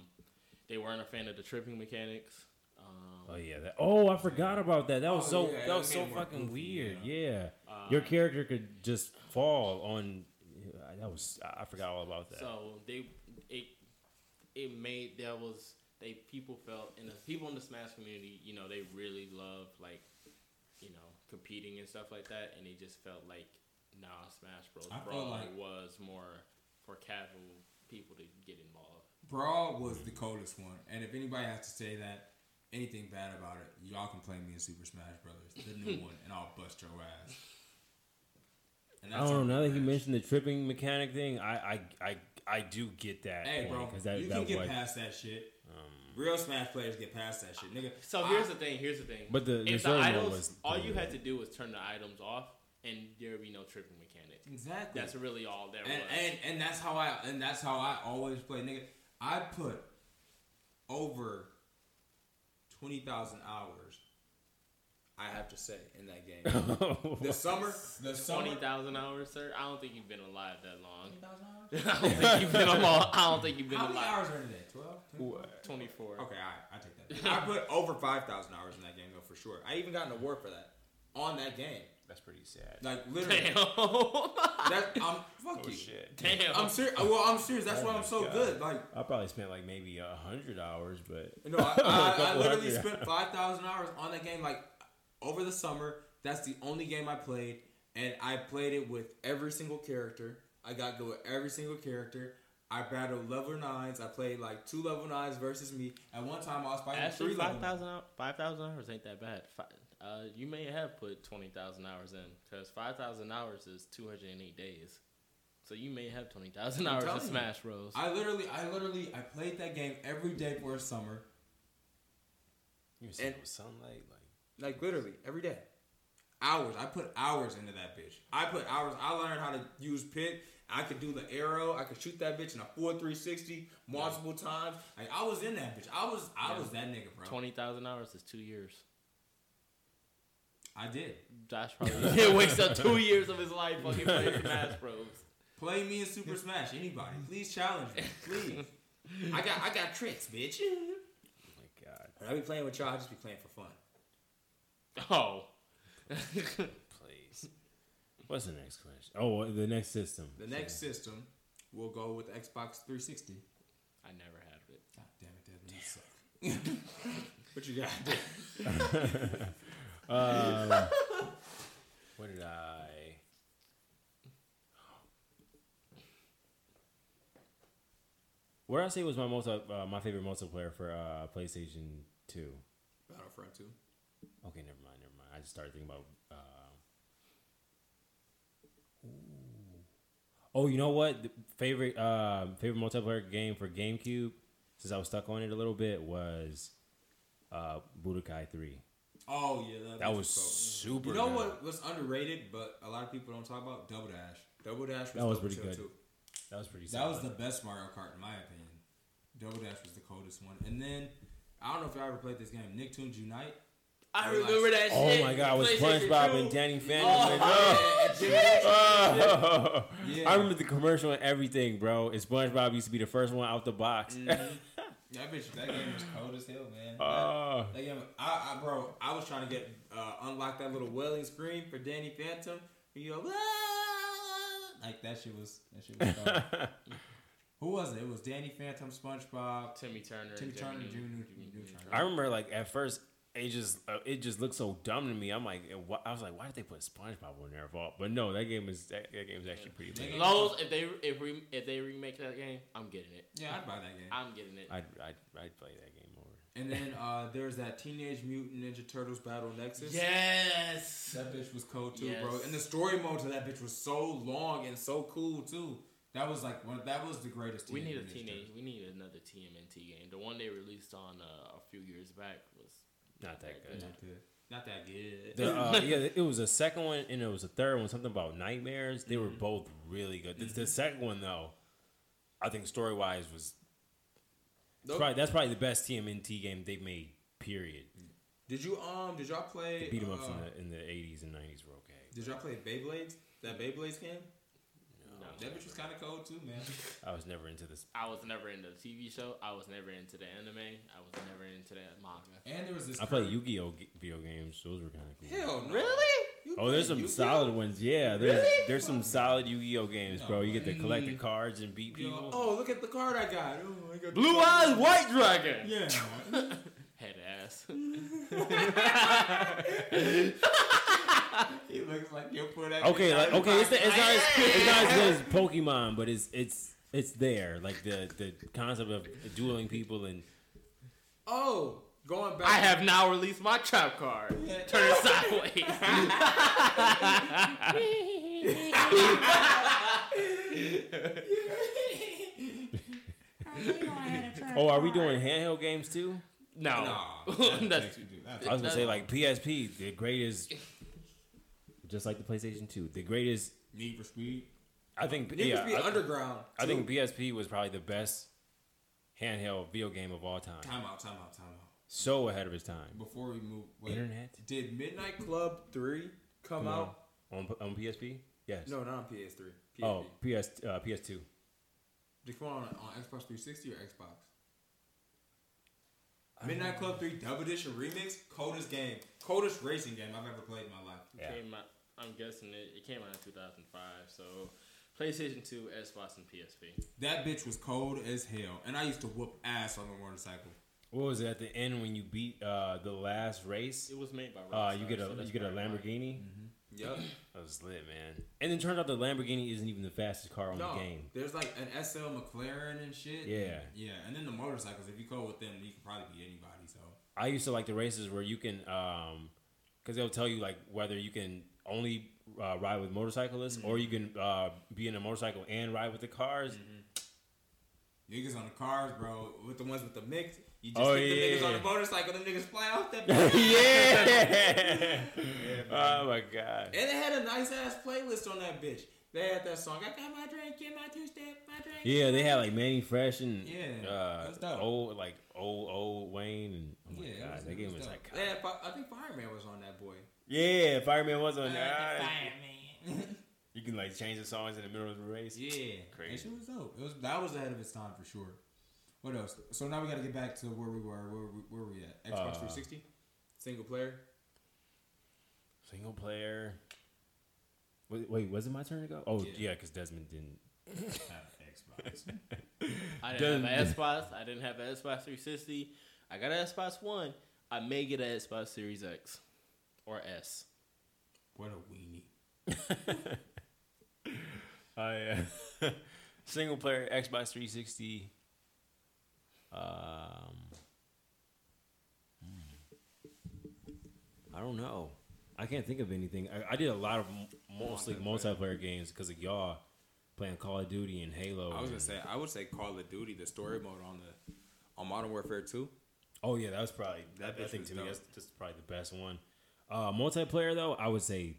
Speaker 3: they weren't a fan of the tripping mechanics. Um,
Speaker 2: Oh yeah. That, oh, I forgot about that. That was
Speaker 1: Oh,
Speaker 2: so
Speaker 1: yeah,
Speaker 2: that was
Speaker 1: it
Speaker 2: so
Speaker 1: made more
Speaker 2: fucking
Speaker 1: goofy,
Speaker 2: weird.
Speaker 1: yeah.
Speaker 2: Yeah.
Speaker 3: Uh,
Speaker 2: Your character could just fall on. I- That was I I forgot all about that.
Speaker 3: So they it it made there was they people felt and the people in the Smash community, you know, they really love like you know competing and stuff like that, and they just felt like nah, Smash Bros.
Speaker 1: I felt
Speaker 3: Brawl
Speaker 1: like-
Speaker 3: was more for casual people to get involved.
Speaker 1: Brawl was the coldest one, and if anybody has to say that anything bad about it, y'all can play me in Super Smash Brothers, the new one, and I'll bust your ass. And
Speaker 2: I don't know. Now that he
Speaker 1: Smash.
Speaker 2: mentioned the tripping mechanic thing, I I I, I do get that.
Speaker 1: Hey, bro,
Speaker 2: because that,
Speaker 1: you
Speaker 2: that
Speaker 1: can get
Speaker 2: was- um,
Speaker 1: past that shit. Real Smash players get past that shit, nigga.
Speaker 3: So
Speaker 1: I-
Speaker 3: here's the thing. Here's the thing.
Speaker 2: But the- the
Speaker 3: if the
Speaker 2: ceremony
Speaker 3: items,
Speaker 2: was
Speaker 3: all
Speaker 2: pretty
Speaker 3: you had
Speaker 2: good.
Speaker 3: to do was turn the items off, and there'd be no tripping mechanic.
Speaker 1: exactly.
Speaker 3: That's really all there
Speaker 1: and,
Speaker 3: was.
Speaker 1: and and that's how I and that's how I always play, nigga. I put over twenty thousand hours. I have to say in that game.
Speaker 2: *laughs*
Speaker 1: the summer, the
Speaker 3: Twenty
Speaker 1: summer.
Speaker 3: thousand hours, sir. I don't think you've been alive that long.
Speaker 1: 20,000 hours?
Speaker 3: *laughs* I don't think you've been alive. I don't think you've been
Speaker 1: How many
Speaker 3: alive.
Speaker 1: hours are in that? Twelve.
Speaker 3: Twenty-four.
Speaker 1: *laughs* Okay, all right, I take that. back. I put over five thousand hours in that game though, for sure. I even got an award for that on that game.
Speaker 2: That's pretty sad.
Speaker 1: Like literally,
Speaker 3: Damn. *laughs* Damn.
Speaker 1: that I'm *laughs* fuck
Speaker 2: Oh
Speaker 1: you.
Speaker 2: shit.
Speaker 1: I'm serious. Well, I'm serious. That's
Speaker 2: Oh
Speaker 1: why
Speaker 2: my
Speaker 1: I'm so
Speaker 2: God.
Speaker 1: good.
Speaker 2: *laughs*
Speaker 1: Like
Speaker 2: I probably spent like maybe a hundred hours, but
Speaker 1: No,
Speaker 2: *laughs*
Speaker 1: I, I, I
Speaker 2: Couple
Speaker 1: literally
Speaker 2: hundred.
Speaker 1: spent five thousand hours on that game like over the summer. That's the only game I played, and I played it with every single character. I got good with every single character. I battled level nines. I played like two level nines versus me. At one time, I was fighting
Speaker 3: Actually,
Speaker 1: three level.
Speaker 3: five thousand five thousand hours ain't that bad. Fi uh, you may have put twenty thousand hours in because five thousand hours is two hundred and eight days. So you may have twenty thousand hours
Speaker 1: telling
Speaker 3: of
Speaker 1: you.
Speaker 3: Smash Bros.
Speaker 1: I literally, I literally, I played that game every day for a summer.
Speaker 2: you see
Speaker 1: And-
Speaker 2: no sunlight. Like
Speaker 1: Like literally every day. Hours. I put hours into that bitch. I put hours. I learned how to use pit. I could do the arrow. I could shoot that bitch in a four three sixty multiple times. Like I was in that bitch. I was I
Speaker 3: Yeah.
Speaker 1: was that nigga, bro.
Speaker 3: twenty thousand hours is two years.
Speaker 1: I did. *laughs*
Speaker 3: Josh probably wakes up two years of his life fucking playing Smash Bros.
Speaker 1: Play me in Super Smash. *laughs* Anybody, please challenge me, *laughs* please. I got I got tricks, bitch.
Speaker 2: oh my god,
Speaker 1: When I be playing with y'all, I just be playing for fun.
Speaker 3: Oh. *laughs*
Speaker 2: please. What's the next question? Oh, the next system.
Speaker 1: The next system, we'll go with Xbox 360.
Speaker 3: I never had it.
Speaker 1: God damn it, that really suck. *laughs* what you got? *laughs*
Speaker 2: Um, what did I? What did I say was my most uh, my favorite multiplayer for uh, PlayStation Two?
Speaker 1: Battlefront 2.
Speaker 2: Okay, never mind, never mind. I just started thinking about. Uh, ooh. Oh, you know what? The favorite uh, favorite multiplayer game for GameCube, since I was stuck on it a little bit, was uh, Budokai Three.
Speaker 1: Oh yeah, that,
Speaker 2: That
Speaker 1: bitch
Speaker 2: was
Speaker 1: cold.
Speaker 2: super.
Speaker 1: You know
Speaker 2: good.
Speaker 1: what was underrated, but a lot of people don't talk about? Double Dash. Double Dash was
Speaker 2: That was
Speaker 1: dope
Speaker 2: pretty
Speaker 1: as hell,
Speaker 2: good. That was pretty.
Speaker 1: That was
Speaker 2: solid.
Speaker 1: the best Mario Kart in my opinion. Double Dash was the coldest one. And then I don't know if y'all ever played this game, Nicktoons Unite.
Speaker 3: I
Speaker 1: Realize-
Speaker 3: remember that
Speaker 2: Oh
Speaker 3: shit.
Speaker 2: my god, it was
Speaker 3: PlayStation
Speaker 2: SpongeBob
Speaker 3: 2.
Speaker 2: and Danny Phantom.
Speaker 1: *laughs*
Speaker 3: Oh,
Speaker 2: like, oh, oh.
Speaker 1: Yeah.
Speaker 2: *laughs* I remember the commercial and everything, bro. And SpongeBob used to be the first one out the box.
Speaker 1: Mm-hmm. That bitch, that game was cold as hell, man.
Speaker 2: *laughs* oh,
Speaker 1: That game, I, I, bro, I was trying to get uh, unlock that little wailing scream for Danny Phantom. You go, "Ah!" like that shit was that shit was.
Speaker 2: *laughs*
Speaker 1: cold. Who was it? It was Danny Phantom, SpongeBob.
Speaker 3: Timmy Turner.
Speaker 1: Timmy
Speaker 3: and
Speaker 1: Turner,
Speaker 3: Jimmy
Speaker 1: Jimmy
Speaker 3: Neutron.
Speaker 1: Neutron.
Speaker 3: Jimmy Neutron.
Speaker 2: I remember like at first it just uh, it just looked so dumb to me. I'm like, eh, wha- I was like, why did they put SpongeBob on their vault? But no, that game is that, that game is actually pretty
Speaker 1: They-
Speaker 2: lit.
Speaker 3: Lowe's, if they if re, if they remake that game, I'm getting it.
Speaker 1: Yeah, I'd buy that game.
Speaker 3: I'm getting it.
Speaker 2: I'd, I'd I'd play that game over.
Speaker 1: And then uh, there's that Teenage Mutant Ninja Turtles Battle Nexus.
Speaker 3: yes.
Speaker 1: That bitch was cool too, bro.
Speaker 3: Yes.
Speaker 1: And the story mode to that bitch was so long and so cool too. That was like one. That was the greatest.
Speaker 3: We need a
Speaker 1: Mutant Ninja
Speaker 3: teenage.
Speaker 1: Turtles.
Speaker 3: We need another TMNT game. The one they released on uh, a few years back was
Speaker 2: Not that good.
Speaker 1: Not good. Not that good.
Speaker 2: The,
Speaker 1: *laughs*
Speaker 2: uh, yeah, it was a second one and it was a third one. Something about nightmares. They
Speaker 1: Mm-hmm.
Speaker 2: were both really good. The, the second one though, I think story wise was
Speaker 1: Nope.
Speaker 2: probably that's probably the best TMNT game they've made. Period.
Speaker 1: did you um? Did y'all
Speaker 2: The
Speaker 1: play?
Speaker 2: beat 'em ups
Speaker 1: uh,
Speaker 2: in the in the eighties and nineties were okay.
Speaker 1: Did y'all play Beyblades? That Beyblades game.
Speaker 3: no.
Speaker 1: That bitch was kind of cold too, man.
Speaker 2: I was never into this.
Speaker 3: I was never into the TV show. I was never into the anime. I was never into that manga.
Speaker 1: And there was this. *laughs*
Speaker 2: I played
Speaker 1: curve-
Speaker 2: Yu Gi Oh video games. Those were kind of cool.
Speaker 1: Hell no. You
Speaker 2: Oh, there's
Speaker 1: played
Speaker 2: some
Speaker 1: Yu-Gi-Oh?
Speaker 2: solid ones. Yeah, there's
Speaker 1: Really?
Speaker 2: there's some solid Yu Gi Oh games,
Speaker 1: No
Speaker 2: bro. You get to collect the
Speaker 3: Mm.
Speaker 2: cards and beat
Speaker 1: Yu-Gi-Oh.
Speaker 2: people.
Speaker 1: Oh, look at the card I got. Oh, I got the
Speaker 3: Blue
Speaker 1: card.
Speaker 3: Eyes White Dragon. *laughs*
Speaker 1: Yeah.
Speaker 3: Head *laughs* ass.
Speaker 1: He looks like you put that.
Speaker 2: Okay,
Speaker 1: bitch out
Speaker 2: like
Speaker 1: of
Speaker 2: okay, it's,
Speaker 1: pocket.
Speaker 2: it's not as, it's not as good as Pokemon, but it's it's it's there. Like the the concept of dueling people and
Speaker 1: Oh, going back.
Speaker 3: I
Speaker 1: *laughs*
Speaker 3: have now released my trap card. Turn it sideways. *laughs*
Speaker 2: oh, are we doing handheld games too?
Speaker 3: *laughs* no.
Speaker 1: Nah,
Speaker 3: That's,
Speaker 1: you do that.
Speaker 2: I was gonna say like PSP, the greatest, just like the PlayStation Two, the greatest.
Speaker 1: Need for Speed.
Speaker 2: I think
Speaker 1: Need
Speaker 2: yeah,
Speaker 1: for Speed
Speaker 2: I,
Speaker 1: Underground.
Speaker 2: I think PSP was probably the best handheld video game of all time.
Speaker 1: Time out. Time out. Time out.
Speaker 2: So ahead of its time.
Speaker 1: Before we move, wait,
Speaker 2: Internet
Speaker 1: did Midnight Club three come
Speaker 2: No.
Speaker 1: out?
Speaker 2: on on PSP. Yes.
Speaker 1: No, not on PS three. PSP.
Speaker 2: Oh, PS uh, PS Two.
Speaker 1: Did it come out on, on Xbox three sixty or Xbox?
Speaker 4: Midnight Club 3 Double Edition Remix, coldest game, coldest racing game I've ever played in my life.
Speaker 2: Yeah.
Speaker 3: Came out, I'm guessing it, it came out in 2005. So PlayStation 2, Xbox, and PSP.
Speaker 4: That bitch was cold as hell, and I used to whoop ass on the motorcycle.
Speaker 2: What was it at the end when you beat uh, the last race?
Speaker 3: It was made by.
Speaker 2: Uh,
Speaker 3: Rockstar,
Speaker 2: you get
Speaker 3: so
Speaker 2: a
Speaker 3: that's
Speaker 2: you get a
Speaker 3: probably why.
Speaker 2: Lamborghini. Mm-hmm.
Speaker 4: Yep.
Speaker 2: That was lit, man. And then turns out the Lamborghini isn't even the fastest car on
Speaker 4: no,
Speaker 2: the game.
Speaker 4: there's like an SL McLaren and shit.
Speaker 2: Yeah.
Speaker 4: Yeah, and then the motorcycles. If you go with them, you can probably beat anybody. So
Speaker 2: I used to like the races where you can, um, because they'll tell you like whether you can only uh, ride with motorcyclists or you can uh, be in a motorcycle and ride with the cars. *laughs*
Speaker 4: niggas on the cars, bro, with the ones with the mix, you just
Speaker 2: Oh,
Speaker 4: hit
Speaker 2: yeah.
Speaker 4: the niggas on the motorcycle. Them niggas fly off
Speaker 2: *laughs*
Speaker 4: that. bitch.
Speaker 1: *laughs*
Speaker 2: yeah. oh my god.
Speaker 4: and they had a nice ass playlist on that bitch. They had that song. I got my drink, get my two step, my drink.
Speaker 2: Yeah, they had like Manny Fresh and
Speaker 4: Yeah,
Speaker 2: uh,
Speaker 4: that's dope.
Speaker 2: old like old old Wayne and oh my
Speaker 4: Yeah,
Speaker 2: god,
Speaker 4: it was-
Speaker 2: that
Speaker 4: it
Speaker 2: game
Speaker 4: was
Speaker 2: was
Speaker 4: dope.
Speaker 2: like
Speaker 4: They had Fi- I think Fireman was on that boy.
Speaker 2: yeah, Fireman was
Speaker 4: Uh,
Speaker 2: on there. Ah,
Speaker 4: Fireman.
Speaker 2: You can like change the songs in the middle of the
Speaker 4: *laughs*
Speaker 2: race.
Speaker 4: Yeah,
Speaker 2: Crazy.
Speaker 4: That shit was dope. It was that was ahead of its time for sure. What else? So now we got to get back to where we were. Where we, where we at? Xbox
Speaker 2: Uh,
Speaker 4: 360, single
Speaker 2: *laughs*
Speaker 4: player.
Speaker 2: Single player. Wait, wait, was it my turn to go? Oh
Speaker 4: Yeah.
Speaker 2: yeah, because Desmond didn't
Speaker 4: Xbox.
Speaker 2: *laughs*
Speaker 3: I didn't have an
Speaker 2: Doesn't-
Speaker 3: Xbox. I didn't have an Xbox 360. I got an Xbox One. I may get an Xbox Series X or S.
Speaker 4: what a weenie.
Speaker 2: *laughs* I uh, single player Xbox 360. Um, hmm. I don't know. I can't think of anything. I, I did a lot of m- mostly multiplayer games because of y'all playing Call of Duty and Halo.
Speaker 1: I was gonna
Speaker 2: and-
Speaker 1: say I would say Call of Duty the story mode on the on Modern Warfare Two.
Speaker 2: Oh yeah, that was probably
Speaker 1: That
Speaker 2: I
Speaker 1: bitch
Speaker 2: think
Speaker 1: was
Speaker 2: to me
Speaker 1: dope.
Speaker 2: that's, that's probably the best one. Uh, multiplayer though, I would say.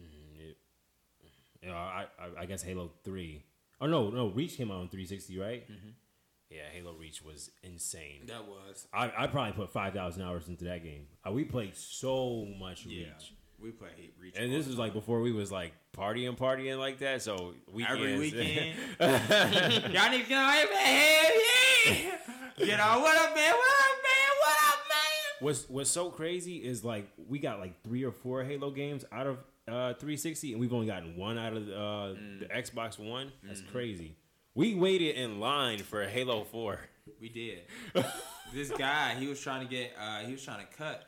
Speaker 2: Mm, it- you know, I, I I guess Halo Three. Oh no, no, Reach came out on 360, right?
Speaker 1: Mm-hmm.
Speaker 2: Yeah, Halo Reach was insane.
Speaker 1: That was
Speaker 2: I I probably put five thousand hours into that game. Uh, we played so much
Speaker 1: yeah.
Speaker 2: Reach,
Speaker 1: We play Hate Reach.
Speaker 2: and this was like before we was like partying, partying like that. So weekends,
Speaker 1: every weekend. *laughs*
Speaker 2: *laughs*
Speaker 4: Y'all need to get away from here. yeah. You know what up, man? What up, man? What up, man?
Speaker 2: What's what's so crazy is like we got like three or four Halo games out of uh 360, and we've only gotten one out of the, uh, the Xbox One. That's crazy. We waited in line for Halo Four. *laughs*
Speaker 1: We did. this guy, he was trying to get, uh, he was trying to cut,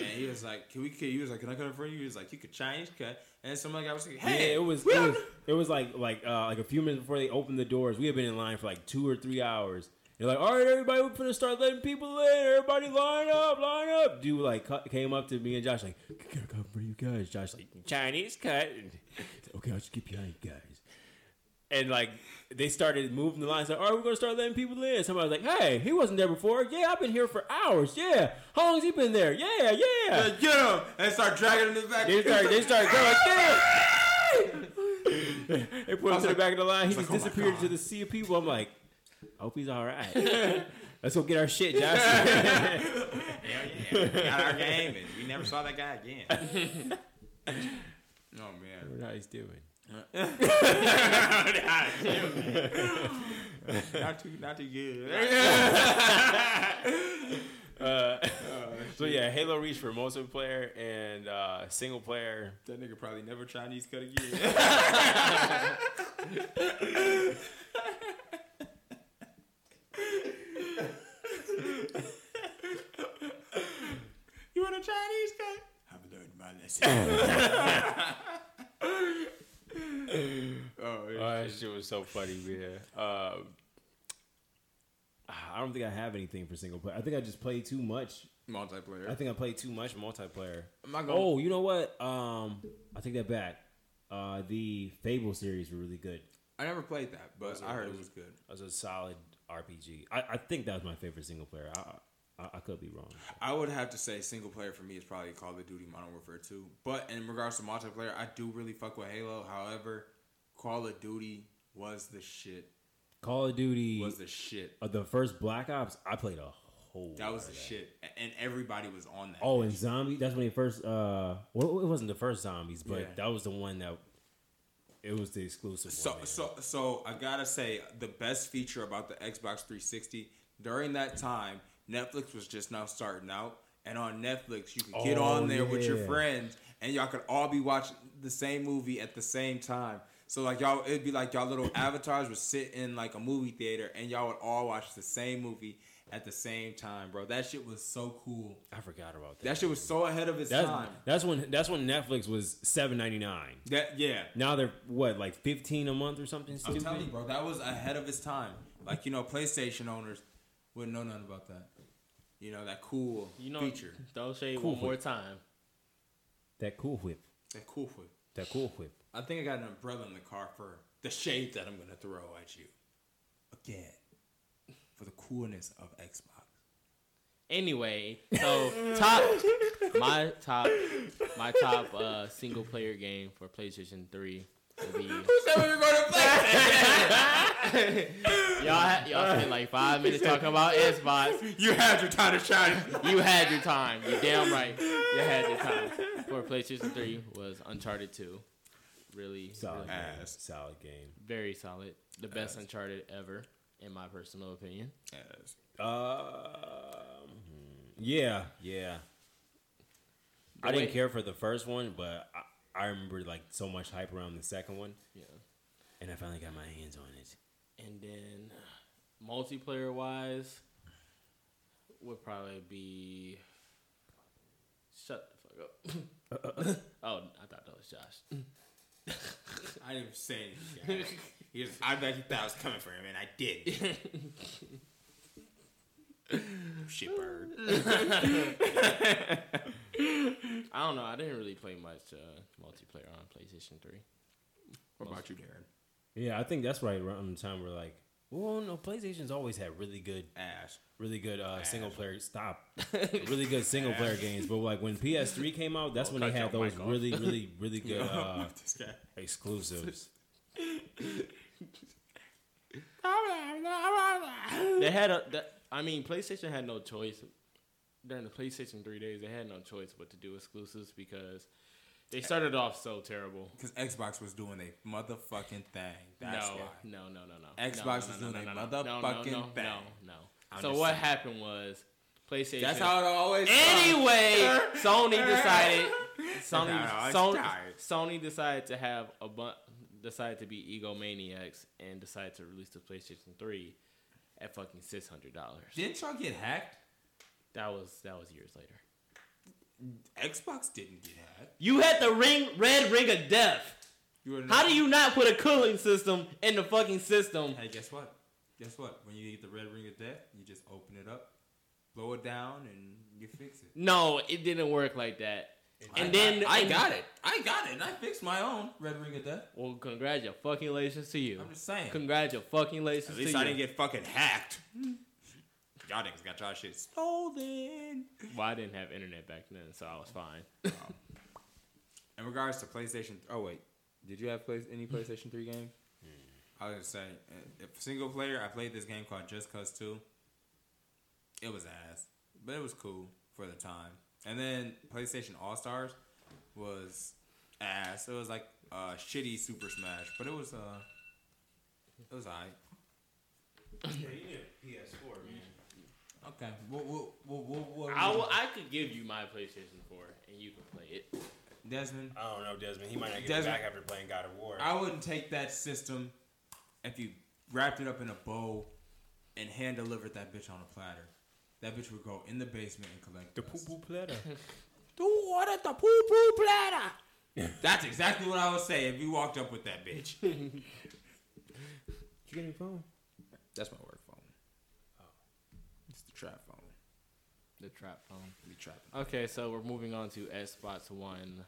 Speaker 1: and he was like, "Can we?" Can, he was like, "Can I cut it for you?" He was like, "You could Chinese cut." And some other guy was like, "Hey,
Speaker 2: yeah, it was
Speaker 1: we
Speaker 2: it
Speaker 1: don't
Speaker 2: was, it was like like uh, like a few minutes before they opened the doors. We had been in line for like two or three hours. They're like, all right, everybody, we're gonna start letting people in. Everybody, line up, line up. Dude, like, cu- came up to me and Josh, like, can I come for you guys? Josh, like, Chinese cut. *laughs* okay, I'll just get behind you guys. and like they started moving the lines. Like, all right, we're gonna start letting people in. Somebody was like, "Hey, he wasn't there before. Yeah, I've been here for hours. Yeah, how long's he been there? Yeah, yeah."
Speaker 1: Get him!" And start dragging him to the back.
Speaker 2: They start, they start going. "Damn!" *laughs* they put him to the back of the line. He
Speaker 1: like,
Speaker 2: just
Speaker 1: "Oh my
Speaker 2: disappeared
Speaker 1: God."
Speaker 2: into the sea of people. I'm like, I hope he's all right.
Speaker 1: *laughs*
Speaker 2: Let's go get our shit, Josh. *laughs*
Speaker 1: yeah, yeah. Got our game, and we never saw that guy again. oh man.
Speaker 2: Wonder how he's doing.
Speaker 1: *laughs* Not too, not too good.
Speaker 2: *laughs* Uh, so yeah, Halo Reach for multiplayer and uh, single player.
Speaker 1: that nigga probably never Chinese cut again.
Speaker 4: You want a Chinese guy?
Speaker 1: I've learned my *laughs* lesson. oh, yeah.
Speaker 2: Oh, that shit was so funny, man. Um, I don't think I have anything for single player. I think I just played too much.
Speaker 1: multiplayer.
Speaker 2: I think I played too much multiplayer.
Speaker 1: I'm not going.
Speaker 2: Oh, you know what? Um, I take that back. Uh, the Fable series were really good.
Speaker 1: I never played that, but I heard it was good.
Speaker 2: It was a solid RPG. I, I think that was my favorite single player. I I, I could be wrong.
Speaker 1: I would have to say single player for me is probably Call of Duty Modern Warfare 2. But in regards to multiplayer, I do really fuck with Halo. However, Call of Duty was the shit.
Speaker 2: Call of Duty,
Speaker 1: Was the shit.
Speaker 2: uh, the first Black Ops, I played a whole.
Speaker 1: That
Speaker 2: lot
Speaker 1: was
Speaker 2: of
Speaker 1: the shit. A- And everybody was on that.
Speaker 2: Oh, and zombie. That's when they first. Uh, well, it wasn't the first zombies, but
Speaker 1: Yeah.
Speaker 2: that was the one that. It was the exclusive
Speaker 1: So
Speaker 2: one. man.
Speaker 1: so so I gotta say the best feature about the Xbox 360 During that time, Netflix was just now starting out, and on Netflix you could get on there with your
Speaker 2: Oh, yeah.
Speaker 1: friends, and y'all could all be watching the same movie at the same time. So like y'all, it'd be like y'all
Speaker 2: *coughs*
Speaker 1: little avatars would sit in like a movie theater, and y'all would all watch the same movie at the same time, bro. That shit was so cool.
Speaker 2: I forgot about that.
Speaker 1: That shit was so ahead of its
Speaker 2: That's,
Speaker 1: time.
Speaker 2: that's when that's when Netflix was seven ninety nine.
Speaker 1: That yeah.
Speaker 2: Now they're what like fifteen a month or something
Speaker 1: I'm
Speaker 2: stupid.
Speaker 1: telling you, bro, that was ahead of its time. Like you know, PlayStation owners wouldn't know nothing about that. You know that cool
Speaker 3: You know,
Speaker 1: feature,
Speaker 3: don't say it
Speaker 2: Cool
Speaker 3: one more time.
Speaker 2: That cool whip.
Speaker 1: that cool foot.
Speaker 2: That cool whip.
Speaker 1: I think I got an umbrella in the car for the shade that I'm gonna throw at you. Again, for the coolness of Xbox.
Speaker 3: Anyway, so *laughs* top my top my top uh, single player game for PlayStation Three will be. y'all ha- y'all spent like five minutes talking about Xbox.
Speaker 1: *laughs* You had your time to shine.
Speaker 3: You had your time. You damn right. You had your time. For PlayStation Three was Uncharted Two. Really,
Speaker 2: Solid
Speaker 3: really
Speaker 2: game.
Speaker 1: Ass.
Speaker 2: Solid game.
Speaker 3: very solid. The best Uncharted ever, in my personal opinion.
Speaker 2: Um, yeah, yeah. I
Speaker 3: The
Speaker 2: didn't
Speaker 3: way-
Speaker 2: care for the first one, but I, I remember like so much hype around the second one,
Speaker 3: Yeah.
Speaker 2: and I finally got my hands on it.
Speaker 3: And then multiplayer wise would probably be shut the fuck up. *laughs* oh, I thought that was Josh.
Speaker 1: I didn't even say anything.
Speaker 3: *laughs*
Speaker 1: guys. He was- I bet you thought I was coming for him, and I did. Shit bird.
Speaker 3: I don't know. I didn't really play much uh, multiplayer on PlayStation 3.
Speaker 1: What about you, Darren?
Speaker 2: Yeah, I think that's right around the time where like, well, no, PlayStation's always had really good,
Speaker 1: Ass.
Speaker 2: really good uh, single player stop,
Speaker 3: *laughs*
Speaker 2: really good single player games. But like when PS3 came out, that's when they
Speaker 3: cut
Speaker 2: had
Speaker 3: your
Speaker 2: those
Speaker 3: mic off.
Speaker 2: really, really,
Speaker 3: *laughs*
Speaker 1: *laughs*
Speaker 2: really good uh,
Speaker 1: this guy.
Speaker 2: exclusives.
Speaker 3: They had a. The, I mean, PlayStation had no choice during the PlayStation 3 days. They had no choice but to do exclusives because they started off so terrible.
Speaker 1: Because Xbox was doing a motherfucking thing. That's
Speaker 3: no,
Speaker 1: why.
Speaker 3: no, no, no, no.
Speaker 1: Xbox
Speaker 3: no,
Speaker 1: is
Speaker 3: no,
Speaker 1: doing
Speaker 3: no,
Speaker 1: a
Speaker 3: no, no, no,
Speaker 1: motherfucking
Speaker 3: no, no,
Speaker 1: thing.
Speaker 3: No, no. So what happened was PlayStation.
Speaker 1: That's how it always.
Speaker 3: Anyway, Sony
Speaker 1: *laughs*
Speaker 3: decided.
Speaker 1: No,
Speaker 3: Sony,
Speaker 1: no, it's
Speaker 3: Sony,
Speaker 1: tired.
Speaker 3: Sony decided to have a bunch. Decided to be egomaniacs and decided to release the PlayStation Three at fucking six hundred dollars.
Speaker 1: Didn't y'all get hacked?
Speaker 3: That was that was years later.
Speaker 1: Xbox didn't get hacked.
Speaker 3: You had the ring, red ring of death.
Speaker 1: You were
Speaker 3: How do you not put a cooling system in the fucking system?
Speaker 1: Hey, guess what? Guess what? When you get the red ring of death, you just open it up, blow it down, and you fix it.
Speaker 3: No, it didn't work like that. And
Speaker 1: I
Speaker 3: then
Speaker 1: got, I
Speaker 3: and-
Speaker 1: got it. I got it. And I fixed my own red ring of death.
Speaker 3: Well, congratulations to you.
Speaker 1: I'm just saying.
Speaker 3: Congratulations
Speaker 1: At
Speaker 3: to
Speaker 1: least
Speaker 3: you.
Speaker 1: I didn't get fucking *laughs* hacked. y'all niggas got y'all shit stolen.
Speaker 3: well, I didn't have internet back then, so I was fine.
Speaker 1: In regards to PlayStation, oh wait, did you have play, any PlayStation Three games? I was gonna say, uh, if single player, I played this game called Just Cause Two. It was ass, but it was cool for the time. And then PlayStation All Stars was ass. It was like uh, shitty Super Smash, but it was uh, it was alright. Okay, well, well, well, well, well,
Speaker 3: I, will, I could give you my PlayStation 4 and you can play it.
Speaker 1: Desmond.
Speaker 2: I don't know, Desmond. He might not get it
Speaker 1: Desmond-
Speaker 2: back after playing God of War.
Speaker 1: I wouldn't take that system if you wrapped it up in a bowl and hand delivered that bitch on a platter. That bitch would go in the basement and collect the dust.
Speaker 2: platter.
Speaker 1: You ordered the poo poo platter. That's exactly what I would say if you walked up with that bitch.
Speaker 2: you get your phone?
Speaker 1: That's my work phone. It's the trap phone.
Speaker 3: The trap phone.
Speaker 1: We trapping.
Speaker 3: Okay, so we're moving on to Xbox One.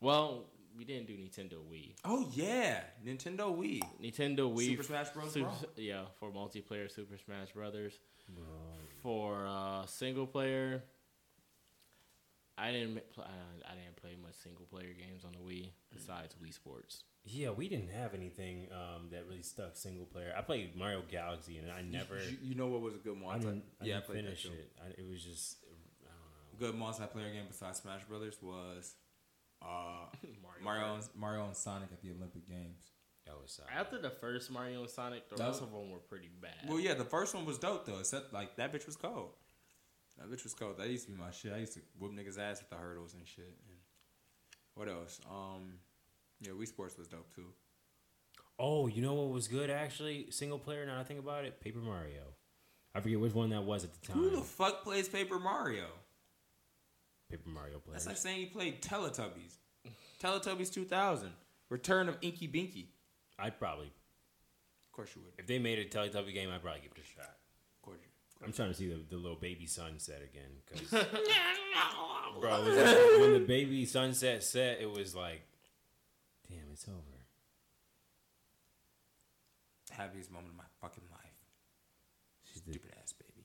Speaker 3: Well, we didn't do Nintendo Wii.
Speaker 1: Oh yeah, Nintendo Wii,
Speaker 3: Nintendo Wii.
Speaker 1: Super Smash Bros.
Speaker 3: Super-
Speaker 1: Brawl.
Speaker 3: yeah, for multiplayer Super Smash Brothers. For uh, single player, I didn't ma- pl- uh, I didn't play much single player games on the Wii besides Wii Sports.
Speaker 2: Yeah, we didn't have anything um, that really stuck single player. I played Mario Galaxy, and I never.
Speaker 1: You, you know what was a good
Speaker 2: I
Speaker 1: multiplayer?
Speaker 2: didn't, I
Speaker 1: yeah, I
Speaker 2: didn't
Speaker 1: played
Speaker 2: finish
Speaker 1: that too.
Speaker 2: it. I, it was just. I don't
Speaker 1: Good multiplayer game besides Smash Brothers was uh,
Speaker 3: *laughs*
Speaker 2: *laughs*
Speaker 3: Mario.
Speaker 1: Mario and, Mario and Sonic at the Olympic Games.
Speaker 2: That was solid.
Speaker 3: After the first Mario and Sonic, the
Speaker 4: That
Speaker 3: rest
Speaker 4: was-
Speaker 3: of them were pretty bad.
Speaker 1: Well, yeah, the first one was dope though. Except like that bitch was cold. That bitch was cold. That used to be my shit. I used to whoop niggas ass with the hurdles and shit. And what else? Um, yeah, Wii Sports was dope too.
Speaker 2: Oh, you know what was good actually? Single player. Now that I think about it, Paper Mario. I forget which one that was at the time.
Speaker 1: Who the fuck plays Paper Mario?
Speaker 2: Paper Mario
Speaker 1: That's
Speaker 2: players.
Speaker 1: like saying you played Teletubbies. Teletubbies 2000. Return of Inky Binky.
Speaker 2: I'd probably,
Speaker 1: Of course you would. Of
Speaker 2: if they made a Teletubby game, I'd probably give it a shot.
Speaker 1: course you.
Speaker 2: I'm trying to see the, the little baby sunset again. *laughs* 'cause- Bro, it was like, when the baby sunset set, it was like, damn, it's over.
Speaker 1: would. Happiest moment of my fucking life.
Speaker 2: She's the,
Speaker 1: Stupid ass baby.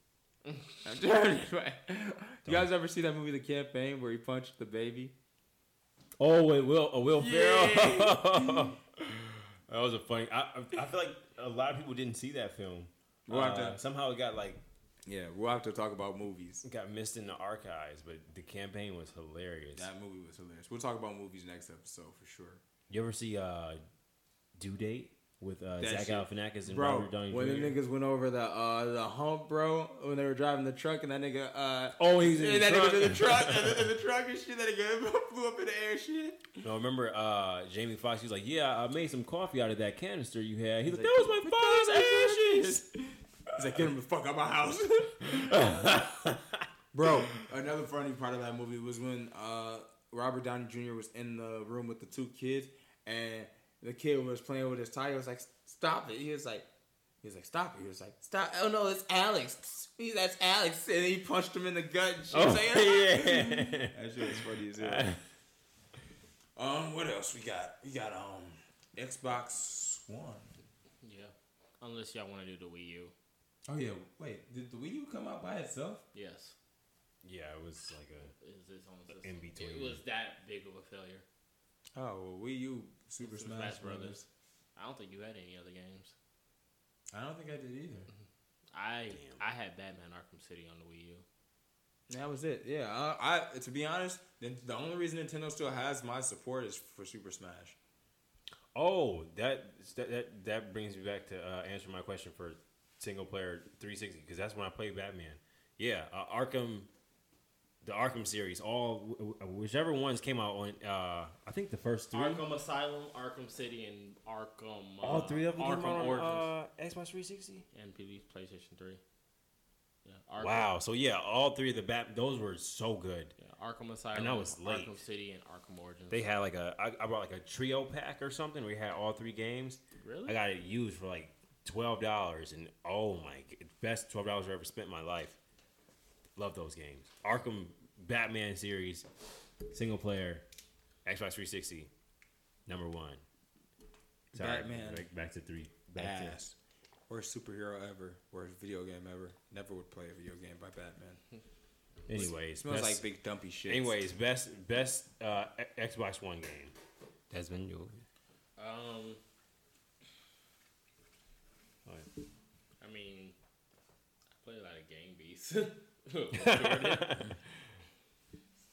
Speaker 1: *laughs* I'm joking. *laughs* you guys ever see that movie The Campaign where he punched the baby?
Speaker 2: oh wait, Will uh, Will Ferrell. *laughs* that was a funny. I, I- I feel like a lot of people didn't see that film.
Speaker 1: We'll have
Speaker 2: Uh,
Speaker 1: to-
Speaker 2: somehow it got like
Speaker 1: Yeah, we'll have to talk about movies.
Speaker 2: got missed in the archives, but the campaign was hilarious.
Speaker 1: That movie was hilarious. We'll talk about movies next episode for sure.
Speaker 2: You ever see uh, Due Date with uh,
Speaker 1: That
Speaker 2: Zach
Speaker 1: shit-
Speaker 2: Galifianakis and
Speaker 1: Bro,
Speaker 2: Robert Downey
Speaker 1: when the
Speaker 2: Jr.?
Speaker 1: niggas went over the uh, the hump, bro, when they were driving the truck and that nigga, uh,
Speaker 2: oh, he's in
Speaker 1: and
Speaker 2: the
Speaker 1: that nigga
Speaker 2: truck.
Speaker 1: was in the truck, and the, and the truck and shit, that nigga *laughs* flew up in the air, shit.
Speaker 2: No, remember uh, Jamie Foxx? He was like, "Yeah, I made some coffee out of that canister you had." He's like, "That was my father's ashes."
Speaker 1: He's like, get him the fuck out of my house. *laughs*
Speaker 2: *laughs*
Speaker 1: Bro, *laughs* another funny part of that movie was when uh, Robert Downey Jr. was in the room with the two kids, and the kid was playing with his tiger. Was like, "Stop it!" He was like, "He was like, stop it!" He was like, "Stop!" Oh no, it's Alex. He- That's Alex, and he punched him in the gut. And shit.
Speaker 2: Oh,
Speaker 1: Like,
Speaker 2: *laughs* yeah.
Speaker 1: *laughs* that shit was funny as hell.
Speaker 2: *laughs*
Speaker 1: um, what else we got? We got um, Xbox One.
Speaker 3: yeah. Unless y'all want to do the Wii U.
Speaker 4: Oh yeah, wait, did the Wii U come out by itself?
Speaker 3: Yes.
Speaker 2: yeah, it was like a
Speaker 3: It's its own system.
Speaker 2: in between.
Speaker 3: It was that big of a failure.
Speaker 1: Oh, well, Wii U Super
Speaker 3: Super
Speaker 1: Smash,
Speaker 3: Smash
Speaker 1: Brothers.
Speaker 3: Brothers. I don't think you had any other games.
Speaker 4: I don't think I did either.
Speaker 3: I I had Batman Arkham City on the Wii U.
Speaker 1: That was it. Yeah, I, I to be honest, the, the only reason Nintendo still has my support is for Super Smash.
Speaker 2: oh that that that, that brings me back to uh, answer my question for single player 360 because that's when I played Batman. Yeah, uh, Arkham, the Arkham series, all wh- wh- whichever ones came out on. Uh, I think the first three.
Speaker 3: Arkham Asylum, Arkham City, and Arkham.
Speaker 2: All
Speaker 3: uh,
Speaker 2: three of them
Speaker 3: Arkham
Speaker 2: came out on
Speaker 3: Origins
Speaker 2: uh, Xbox 360.
Speaker 3: and PB PlayStation Three. Yeah. Arkham,
Speaker 2: Wow. So yeah, all three of the bat those were so good.
Speaker 3: Yeah, Arkham Asylum.
Speaker 2: And that was late.
Speaker 3: Arkham City and Arkham Origins.
Speaker 2: They had like a I, I bought like a trio pack or something. We had all three games.
Speaker 3: really.
Speaker 2: I got it used for like twelve dollars, and oh my, g- best twelve dollars I ever spent in my life. Love those games. Arkham Batman series, single player, Xbox 360, number one.
Speaker 1: Batman.
Speaker 2: Back, back to three. Back to
Speaker 1: Ass. Worst superhero ever. Worst video game ever. Never would play a video game by Batman.
Speaker 2: anyways.
Speaker 1: smells
Speaker 2: best-
Speaker 1: like big dumpy shit.
Speaker 2: Anyways, best best uh, X- Xbox One game. That's been yours.
Speaker 3: Um,
Speaker 2: Oh,
Speaker 3: I mean, I play a lot of Gang Beasts. *laughs* Jordan.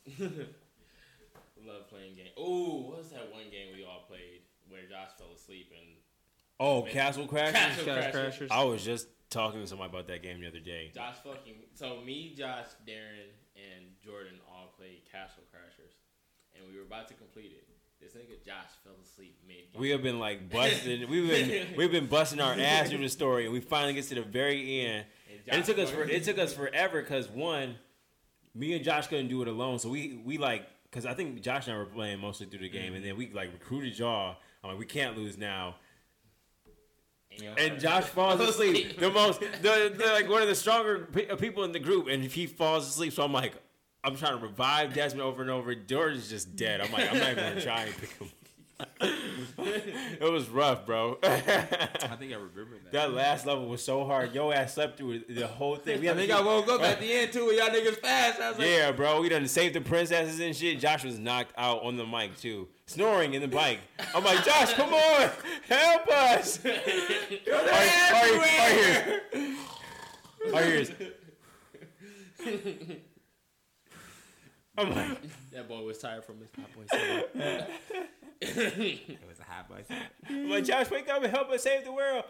Speaker 3: *laughs* Love playing game. Oh, what was that one game we all played where Josh fell asleep and
Speaker 2: *laughs* Oh,
Speaker 3: Man.
Speaker 2: Castle Crashers.
Speaker 3: Castle
Speaker 1: Cash
Speaker 3: Crashers.
Speaker 1: Crashers.
Speaker 2: I was just talking to somebody about that game the other day.
Speaker 3: Josh fucking so me, Josh, Darren, and Jordan all played Castle Crashers, and we were about to complete it. This nigga Josh fell asleep mid.
Speaker 2: We have been like
Speaker 3: *laughs*
Speaker 2: busting. We've been we've been busting our ass through the story, and we finally get to the very end. And it took us for it took us forever because one, me and Josh couldn't do it alone. So we we like because I think Josh and I were playing mostly through the
Speaker 3: Mm.
Speaker 2: game, and then we like recruited y'all. I'm like, we can't lose now. And Josh falls asleep. The most, the, the like one of the stronger pe- uh, people in the group, and if he falls asleep, so I'm like, I'm trying to revive Desmond over and over. Jordan's just dead. I'm like, I'm not even gonna try and pick him. *laughs* it was rough, bro. *laughs*
Speaker 1: I think I remember that.
Speaker 2: that last level was so hard. Yo ass slept through the whole thing. We
Speaker 1: I
Speaker 2: had to
Speaker 1: think *laughs*
Speaker 2: keep-
Speaker 1: I woke up at the end too when y'all niggas fast. I was like,
Speaker 2: yeah, bro. We done saved the princesses and shit. Josh was knocked out on the mic too, snoring in the mic. I'm like, Josh, come on, help us. All right, all right, all right, here. All right, here's- I'm like,
Speaker 3: *laughs* That boy was tired from his 5.7.
Speaker 1: It was a hot boy. song.
Speaker 2: Like Josh, wake up and help us save
Speaker 1: *laughs*
Speaker 2: the world.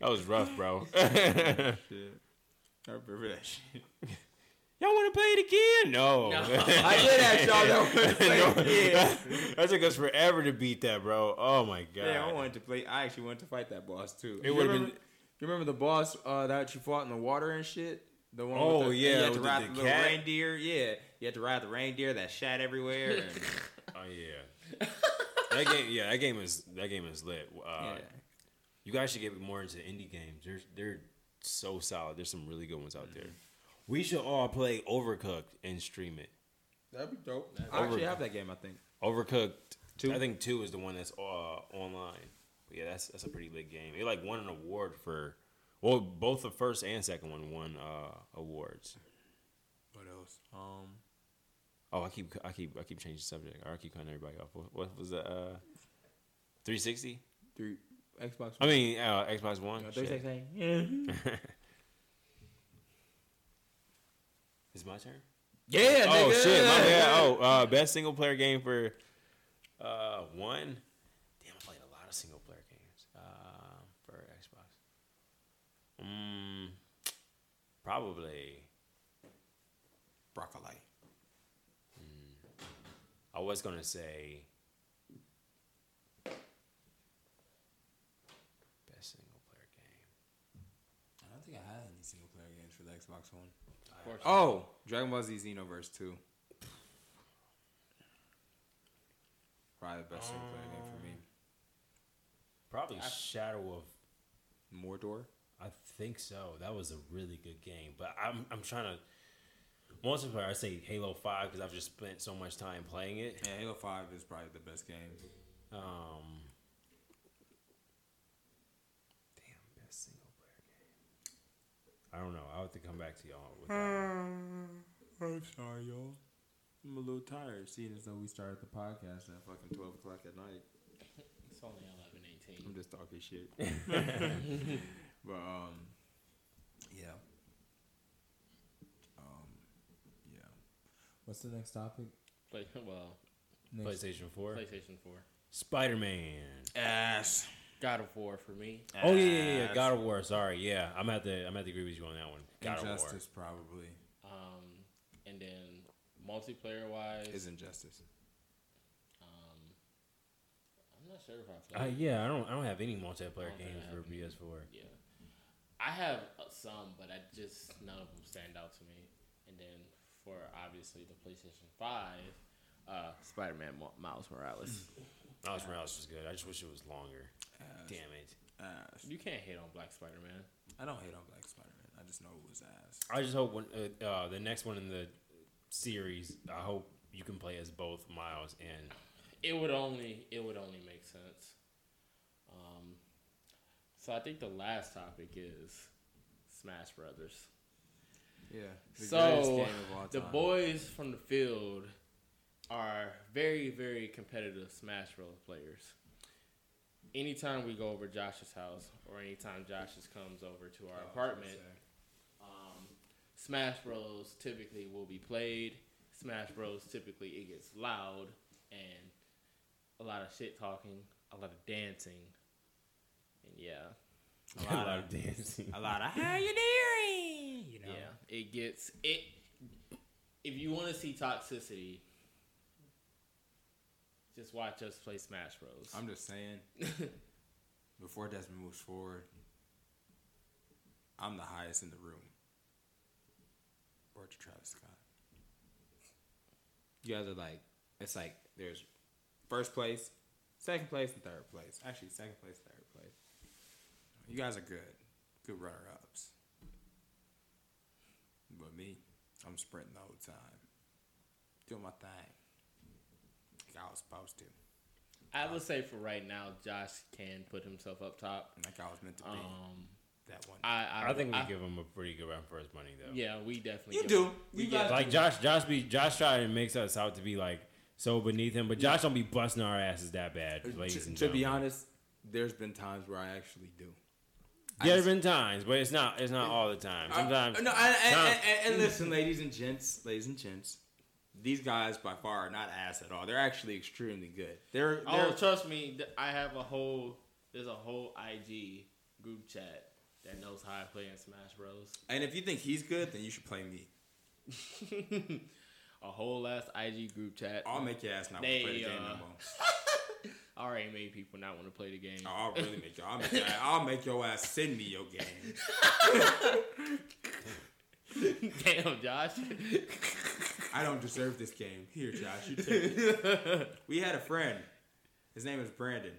Speaker 2: that was rough, bro. *laughs*
Speaker 1: I remember that shit.
Speaker 2: Y'all want to play it again? No.
Speaker 1: I did ask *laughs* y'all that one.
Speaker 2: *laughs* No. that took us forever to beat that, bro. Oh my god.
Speaker 1: Yeah, I wanted to play. I actually wanted to fight that boss too.
Speaker 2: It
Speaker 1: You
Speaker 2: would've
Speaker 1: remember-
Speaker 2: been-
Speaker 1: You remember the boss uh, that you fought in the water and shit? The one.
Speaker 2: Oh,
Speaker 1: with the,
Speaker 2: yeah,
Speaker 1: You had to
Speaker 2: with the-
Speaker 1: ride
Speaker 2: the
Speaker 1: the, little
Speaker 2: cat.
Speaker 1: reindeer. Yeah, you had to ride the reindeer that shat everywhere.
Speaker 2: *laughs*
Speaker 1: and-
Speaker 2: Oh yeah. that game, yeah, that game is that game is lit. Uh,
Speaker 1: yeah.
Speaker 2: You guys should get more into indie games. They're they're so solid. There's some really good ones out there.
Speaker 1: Mm-hmm.
Speaker 2: We should all play Overcooked and stream it.
Speaker 1: That'd be dope. I actually have that game. I think.
Speaker 2: Overcooked two. I think two is the one that's uh, online. But yeah, that's that's a pretty lit game. It like won an award for, well, both the first and second one won uh, awards.
Speaker 1: What else? Um,
Speaker 2: Oh, I keep I keep I keep changing the subject. Or I keep cutting everybody off. What, what was that? Uh, 360.
Speaker 1: through Xbox.
Speaker 2: I mean uh, Xbox One.
Speaker 1: One.
Speaker 2: Shit.
Speaker 1: 360. Yeah.
Speaker 2: It's my turn.
Speaker 1: Yeah.
Speaker 2: Oh
Speaker 1: nigga.
Speaker 2: shit, my bad. Oh, uh, best single player game for uh one. Damn, I played a lot of single player games um for Xbox. Mm, probably.
Speaker 1: Broccoli.
Speaker 2: I was gonna say. Best single player game.
Speaker 4: I don't think I have any single player games for the Xbox One.
Speaker 1: Oh, Dragon Ball Z Xenoverse two. Probably the
Speaker 2: Um,
Speaker 1: best single player game for me.
Speaker 2: Probably Shadow of
Speaker 1: Mordor.
Speaker 2: I think so. That was a really good game, but I'm I'm trying to. Multiplayer, I say Halo Five because I've just spent so much time playing it.
Speaker 1: Yeah, Halo Five is probably the best game.
Speaker 2: Um, damn, best single player game. I don't know. I will have to come back to y'all with that.
Speaker 4: I'm sorry, y'all. I'm a little tired, seeing as though we started the podcast at fucking twelve o'clock at night.
Speaker 3: It's only eleven eighteen.
Speaker 1: I'm just talking
Speaker 4: *laughs*
Speaker 1: shit. but um, yeah. Um, yeah.
Speaker 4: What's the next topic?
Speaker 3: Play, well, Hmm.
Speaker 4: Next.
Speaker 2: PlayStation Four,
Speaker 3: PlayStation Four,
Speaker 2: Spider Man.
Speaker 1: Ass.
Speaker 3: God of War for me.
Speaker 2: Oh yeah, yeah, yeah, yeah. God of War. Sorry, yeah. I'm at the I'm at to agree with you on that one. God of War.
Speaker 1: Injustice probably
Speaker 3: Um, and then multiplayer wise,
Speaker 1: is injustice.
Speaker 3: um, I'm not sure if I
Speaker 2: Uh,
Speaker 3: played.
Speaker 2: yeah, I don't I don't have any multiplayer
Speaker 3: I don't think
Speaker 2: games
Speaker 3: I
Speaker 2: for
Speaker 3: have any.
Speaker 2: PS4.
Speaker 3: yeah, I have uh, some, but I just none of them stand out to me. And then for obviously the PlayStation Five, uh, Spider-Man Mo- Miles Morales.
Speaker 2: Miles Morales was good. I just wish it was longer. Damn it.
Speaker 1: Ass.
Speaker 3: *laughs* you can't hate on Black Spider-Man.
Speaker 1: I don't hate on Black Spider Man. I just know it was ass.
Speaker 2: I just hope when uh, uh, the next one in the series, I hope you can play as both Miles and
Speaker 3: It would only it would only make sense. Um, so I think the last topic is Smash Brothers.
Speaker 1: Yeah.
Speaker 3: so the boys from the field are very, very competitive Smash Bros. players. Anytime we go over Josh's house, or anytime Josh just comes over
Speaker 1: Oh,
Speaker 3: to our apartment, um, Smash Bros. typically will be played. Smash Bros. typically it gets loud and a lot of shit talking, a lot of dancing, and yeah.
Speaker 2: *laughs*
Speaker 1: *laughs*
Speaker 2: a lot of dancing.
Speaker 1: A lot of how you doing? You know.
Speaker 3: Yeah, it gets it. If you want to see toxicity, just watch us play Smash Bros.
Speaker 1: I'm just saying. *laughs* before Desmond moves forward, I'm the highest in the room. Or to Travis Scott. You guys are like, it's like there's first place, second place, and third place. Actually, second place, third place. You guys are good, good runner ups. But me, I'm sprinting the whole time, doing my thing. Like I was supposed to,
Speaker 3: I would say for right now, Josh can put himself up top.
Speaker 1: like I was meant to be.
Speaker 3: Um,
Speaker 1: that one.
Speaker 3: I I,
Speaker 2: I think we
Speaker 3: I-
Speaker 2: give him a pretty good round for his money, though.
Speaker 3: Yeah, we definitely.
Speaker 1: You
Speaker 3: give
Speaker 1: do.
Speaker 3: him-
Speaker 1: You got
Speaker 2: Like Josh, Josh be Josh trying to makes us out to be like so beneath him, but Josh don't be busting our asses that bad, ladies
Speaker 1: to,
Speaker 2: and
Speaker 1: to
Speaker 2: gentlemen.
Speaker 1: be honest, there's been times where I actually do.
Speaker 2: yeah, there's been times, but it's not it's not all the time. Sometimes
Speaker 1: Uh, no, I, I-
Speaker 2: Nah.
Speaker 1: and, and, and listen, ladies and gents, ladies and gents, these guys by far are not ass at all. They're actually extremely good. They're,
Speaker 3: Oh,
Speaker 1: they're
Speaker 3: trust me, th- I have a whole there's a whole IG group chat that knows how I play in Smash Bros. *laughs*
Speaker 1: and if you think he's good, then you should play me.
Speaker 3: a whole last IG group chat.
Speaker 1: I'll make your ass not wanna play the
Speaker 3: They,
Speaker 1: game no
Speaker 3: uh,
Speaker 1: more.
Speaker 3: I already made people not want to play the game.
Speaker 1: Oh, I'll really make your I'll make your, I'll make your ass send me your game.
Speaker 3: Damn, Josh.
Speaker 1: I don't deserve this game. Here, Josh, you take it. We had a friend. His name is Brandon.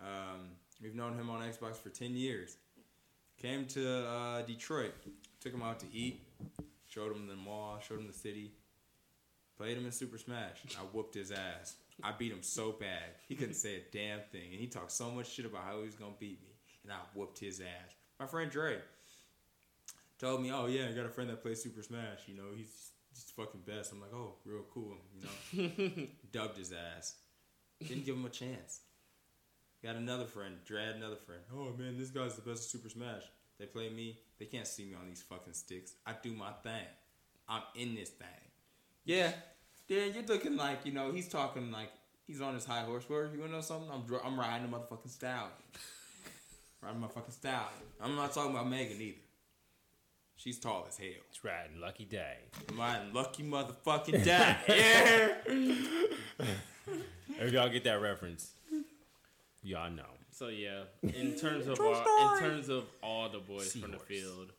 Speaker 1: Um, we've known him on Xbox for 10 years. Came to uh, Detroit. Took him out to eat. Showed him the mall. Showed him the city. Played him in Super Smash. I whooped his ass. I beat him so bad. He couldn't say a damn thing. And he talked so much shit about how he was going to beat me. And I whooped his ass. My friend Dre told me, oh, yeah, I got a friend that plays Super Smash. You know, he's just fucking best. I'm like, oh, real cool. You know? dubbed his ass. Didn't give him a chance. Got another friend, Drad, another friend. Oh man, this guy's the best at Super Smash. They play me. They can't see me on these fucking sticks. I do my thing. I'm in this thing. Yeah, yeah. You're looking like you know. He's talking like he's on his high horse. Where you wanna know something? I'm dr- I'm riding a motherfucking stallion. *laughs* riding my fucking stallion. I'm not talking about Megan either. She's tall as hell.
Speaker 2: It's riding
Speaker 1: *laughs*
Speaker 2: lucky day.
Speaker 1: I'm riding lucky
Speaker 2: *laughs*
Speaker 1: motherfucking dad. yeah.
Speaker 2: If y'all get that reference, y'all know.
Speaker 3: so yeah, in terms of our, in terms of all the boys from the
Speaker 2: Seahorse.
Speaker 3: field,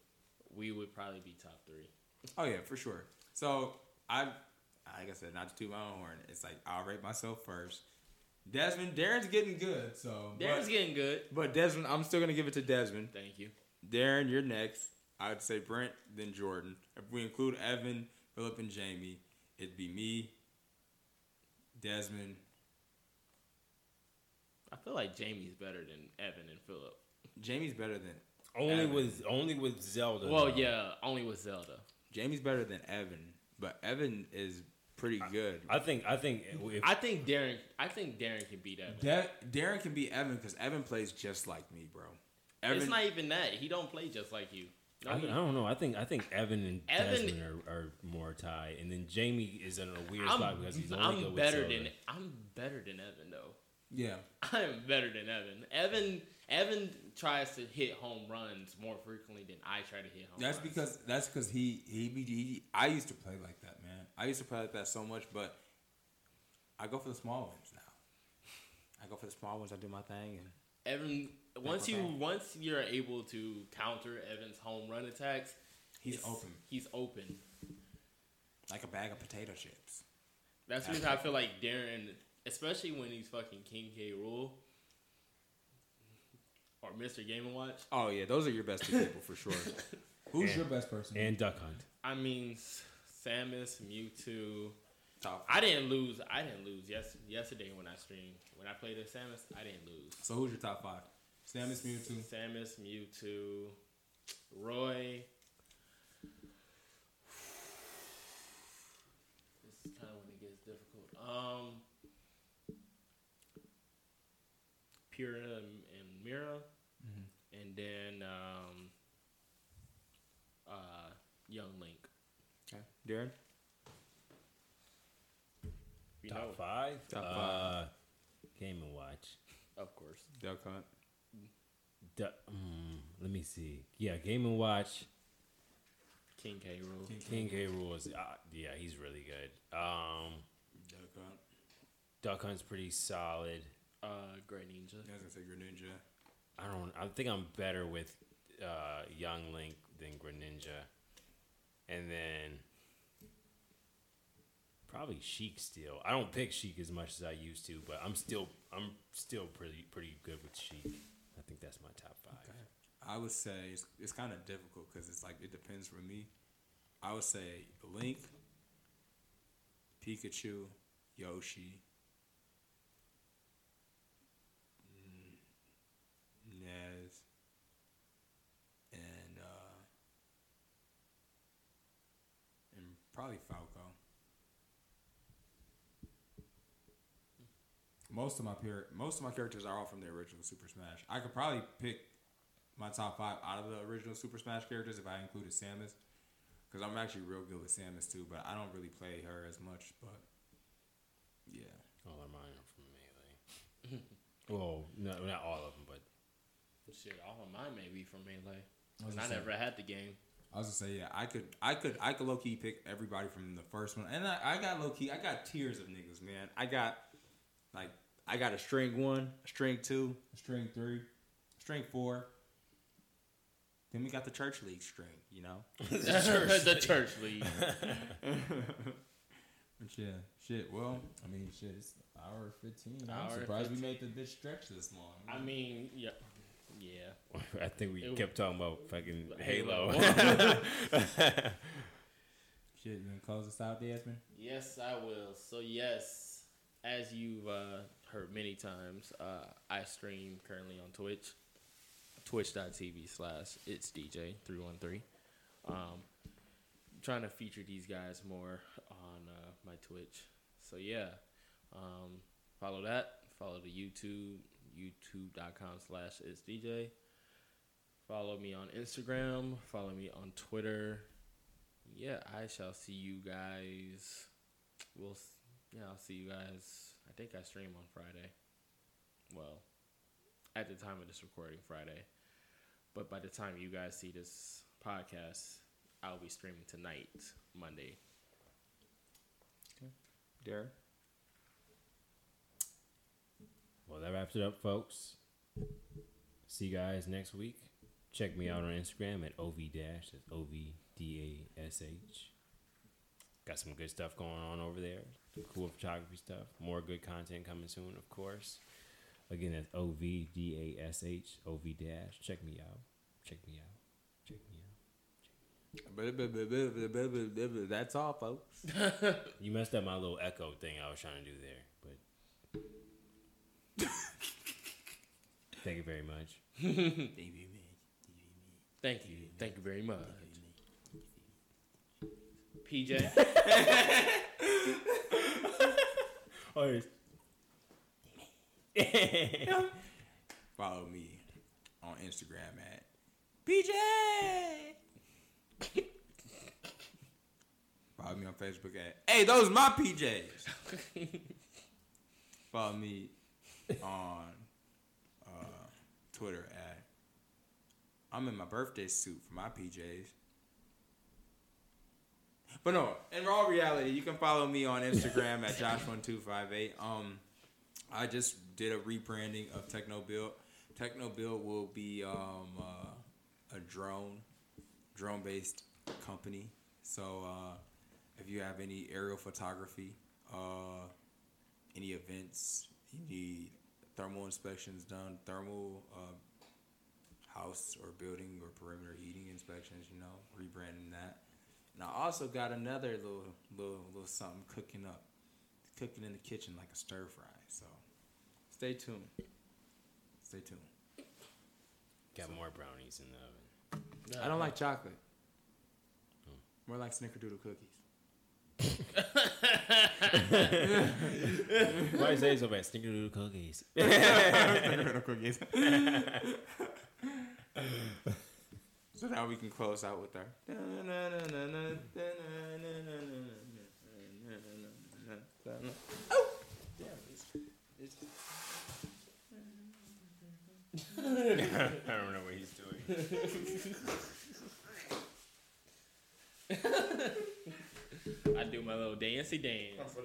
Speaker 3: we would probably be top three.
Speaker 1: Oh yeah, for sure. So I, like I said, not to toot my own horn. It's like I'll rate myself first. Desmond, Darren's getting good. So
Speaker 3: Darren's
Speaker 1: but,
Speaker 3: getting good.
Speaker 1: but Desmond, I'm still gonna give it to Desmond.
Speaker 3: Thank you.
Speaker 1: Darren, you're next. I would say Brent, then Jordan. If we include Evan, Philip, and Jamie, it'd be me, Desmond.
Speaker 3: I feel like Jamie's better than Evan and Philip.
Speaker 1: Jamie's better than
Speaker 2: Only
Speaker 1: Evan.
Speaker 2: with only with Zelda.
Speaker 3: Well,
Speaker 2: though.
Speaker 3: yeah, only with Zelda.
Speaker 1: Jamie's better than Evan, but Evan is pretty good.
Speaker 2: I think I think if,
Speaker 3: I think Darren. I think Darren can beat Evan.
Speaker 1: Da- Darren can be Evan because Evan plays just like me, bro. Evan,
Speaker 3: It's not even that he don't play just like you. No,
Speaker 2: I,
Speaker 3: he-
Speaker 2: I don't know. I think I think Evan and
Speaker 3: Evan-
Speaker 2: Desmond are, are more tied, and then Jamie is in a weird spot because he's only
Speaker 3: I'm
Speaker 2: good
Speaker 3: better
Speaker 2: with
Speaker 3: than
Speaker 2: Zelda.
Speaker 3: I'm better than Evan though.
Speaker 1: yeah.
Speaker 3: I am better than Evan. Evan Evan tries to hit home runs more frequently than I try to hit home.
Speaker 1: That's
Speaker 3: runs.
Speaker 1: because that's because he he, be- he I used to play like that, man. I used to play like that so much, but I go for the small ones now. I go for the small ones. I do my thing, and
Speaker 3: Evan once
Speaker 1: my
Speaker 3: you
Speaker 1: bad.
Speaker 3: once you're able to counter Evan's home run attacks,
Speaker 1: he's
Speaker 3: it's-
Speaker 1: open
Speaker 3: He's open.
Speaker 1: like a bag of potato chips.
Speaker 3: That's the reason I feel like Darren, especially when he's fucking King K. Rule or Mr. Game and Watch.
Speaker 1: Oh yeah, those are your best two people for *laughs* sure.
Speaker 4: Who's
Speaker 2: And-
Speaker 4: your best person?
Speaker 2: and Duck Hunt.
Speaker 3: I mean, S- Samus, Mewtwo.
Speaker 1: Top.
Speaker 3: I didn't lose. I didn't lose. Yes, yesterday when I streamed, when I played as Samus, I didn't lose.
Speaker 1: so who's your top five? Samus Mewtwo.
Speaker 3: Samus, Mewtwo, Roy. This is kind of when it gets difficult. Um, Pura and, and Mira, and then um, uh, Young Link.
Speaker 1: Okay, Darren.
Speaker 3: You know,
Speaker 2: Top five.
Speaker 1: Top
Speaker 2: Uh, Game and Watch.
Speaker 3: of course.
Speaker 1: Duck Hunt.
Speaker 2: Du- mm, let me see. Yeah, Game and Watch.
Speaker 3: King K. Rule.
Speaker 2: King K. Rule is uh, yeah, he's really good. Um,
Speaker 1: Duck Hunt.
Speaker 2: Duck Hunt's pretty solid.
Speaker 3: Uh, Great Ninja.
Speaker 1: I was gonna say Greninja.
Speaker 2: I don't. I think I'm better with uh, Young Link than Greninja, and then probably Sheik. Still, I don't pick Sheik as much as I used to, but I'm still I'm still pretty pretty good with Sheik. I think that's my top five.
Speaker 1: I would say it's, it's kind of difficult because it's like it depends for me. I would say Link, Pikachu, Yoshi. mm, Nez. And uh, and probably Falco.
Speaker 4: Most of my peer, most of my characters are all from the original Super Smash. I could probably pick my top five out of the original Super Smash characters if I included Samus.
Speaker 1: Cause I'm actually real good with Samus too, but I don't really play her as much. But yeah,
Speaker 2: All of mine are from Melee. well, no, not all of them, but
Speaker 3: Shit, all of mine may be from Melee.
Speaker 4: I was
Speaker 3: And I
Speaker 4: gonna say-
Speaker 3: never had the game.
Speaker 1: I was gonna say yeah, I could, I could, I could low key pick everybody from the first one, and I, I got low key, I got tiers of niggas, man. I got like, I got a string one, a string two,
Speaker 4: String three.
Speaker 1: string four. Then we got the church league string, you know.
Speaker 3: *laughs* the church league.
Speaker 4: But yeah, shit. Well, I mean, shit. It's hour fifteen. I'm
Speaker 3: Hour
Speaker 4: surprised we made the bitch stretch this long.
Speaker 3: I mean, yeah. Yeah.
Speaker 2: *laughs* I think we
Speaker 3: It-
Speaker 2: kept talking about fucking
Speaker 3: Halo.
Speaker 2: Halo. *laughs*
Speaker 4: shit, you gonna close us out, Desmond?
Speaker 3: Yes, I will. So yes, as you've uh, heard many times, uh, I stream currently on Twitch, twitch.tv slash it's DJ three one three. Um, trying to feature these guys more on uh, my Twitch. So yeah, um, follow that. Follow the YouTube, youtube.com slash it's DJ. Follow me on Instagram. Follow me on Twitter. Yeah, I shall see you guys. We'll s- yeah, I'll see you guys. I think I stream on Friday. Well, at the time of this recording, Friday. But by the time you guys see this podcast, I'll be streaming tonight, Monday.
Speaker 1: Derek.
Speaker 2: Well, that wraps it up, folks. See you guys next week. Check me out on Instagram at ov dash. That's o v d a s h. Got some good stuff going on over there. Some cool photography stuff. More good content coming soon, of course. Again, that's o v d a s h o v dash. Check me out. Check me out. Check me out.
Speaker 1: That's all, folks.
Speaker 2: You messed up my little echo thing I was trying to do there, but. Thank you very much.
Speaker 3: Thank you. Thank you very much. PJ.
Speaker 2: Alright.
Speaker 1: Follow me on Instagram at BJ. Follow me on Facebook at Hey, those my PJs. Follow me on uh, Twitter at I'm in my birthday suit for my PJs. But no, in all reality, you can follow me on Instagram at Josh1258. Um, I just did a rebranding of Techno Build. Techno Build will be um, uh, a drone, drone based company. So uh, if you have any aerial photography, uh, any events, you need thermal inspections done, thermal uh, house or building or perimeter heating inspections, you know, rebranding that. And I also got another little little little something cooking up, cooking in the kitchen like a stir fry. So stay tuned. Stay tuned.
Speaker 2: Got more brownies in the oven.
Speaker 1: I don't like chocolate. More like snickerdoodle cookies.
Speaker 2: Why is that so bad? Snickerdoodle *laughs* cookies.
Speaker 1: snickerdoodle cookies. so now we can close out with our.
Speaker 2: I don't know what he's doing.
Speaker 3: I do my little dancey dance.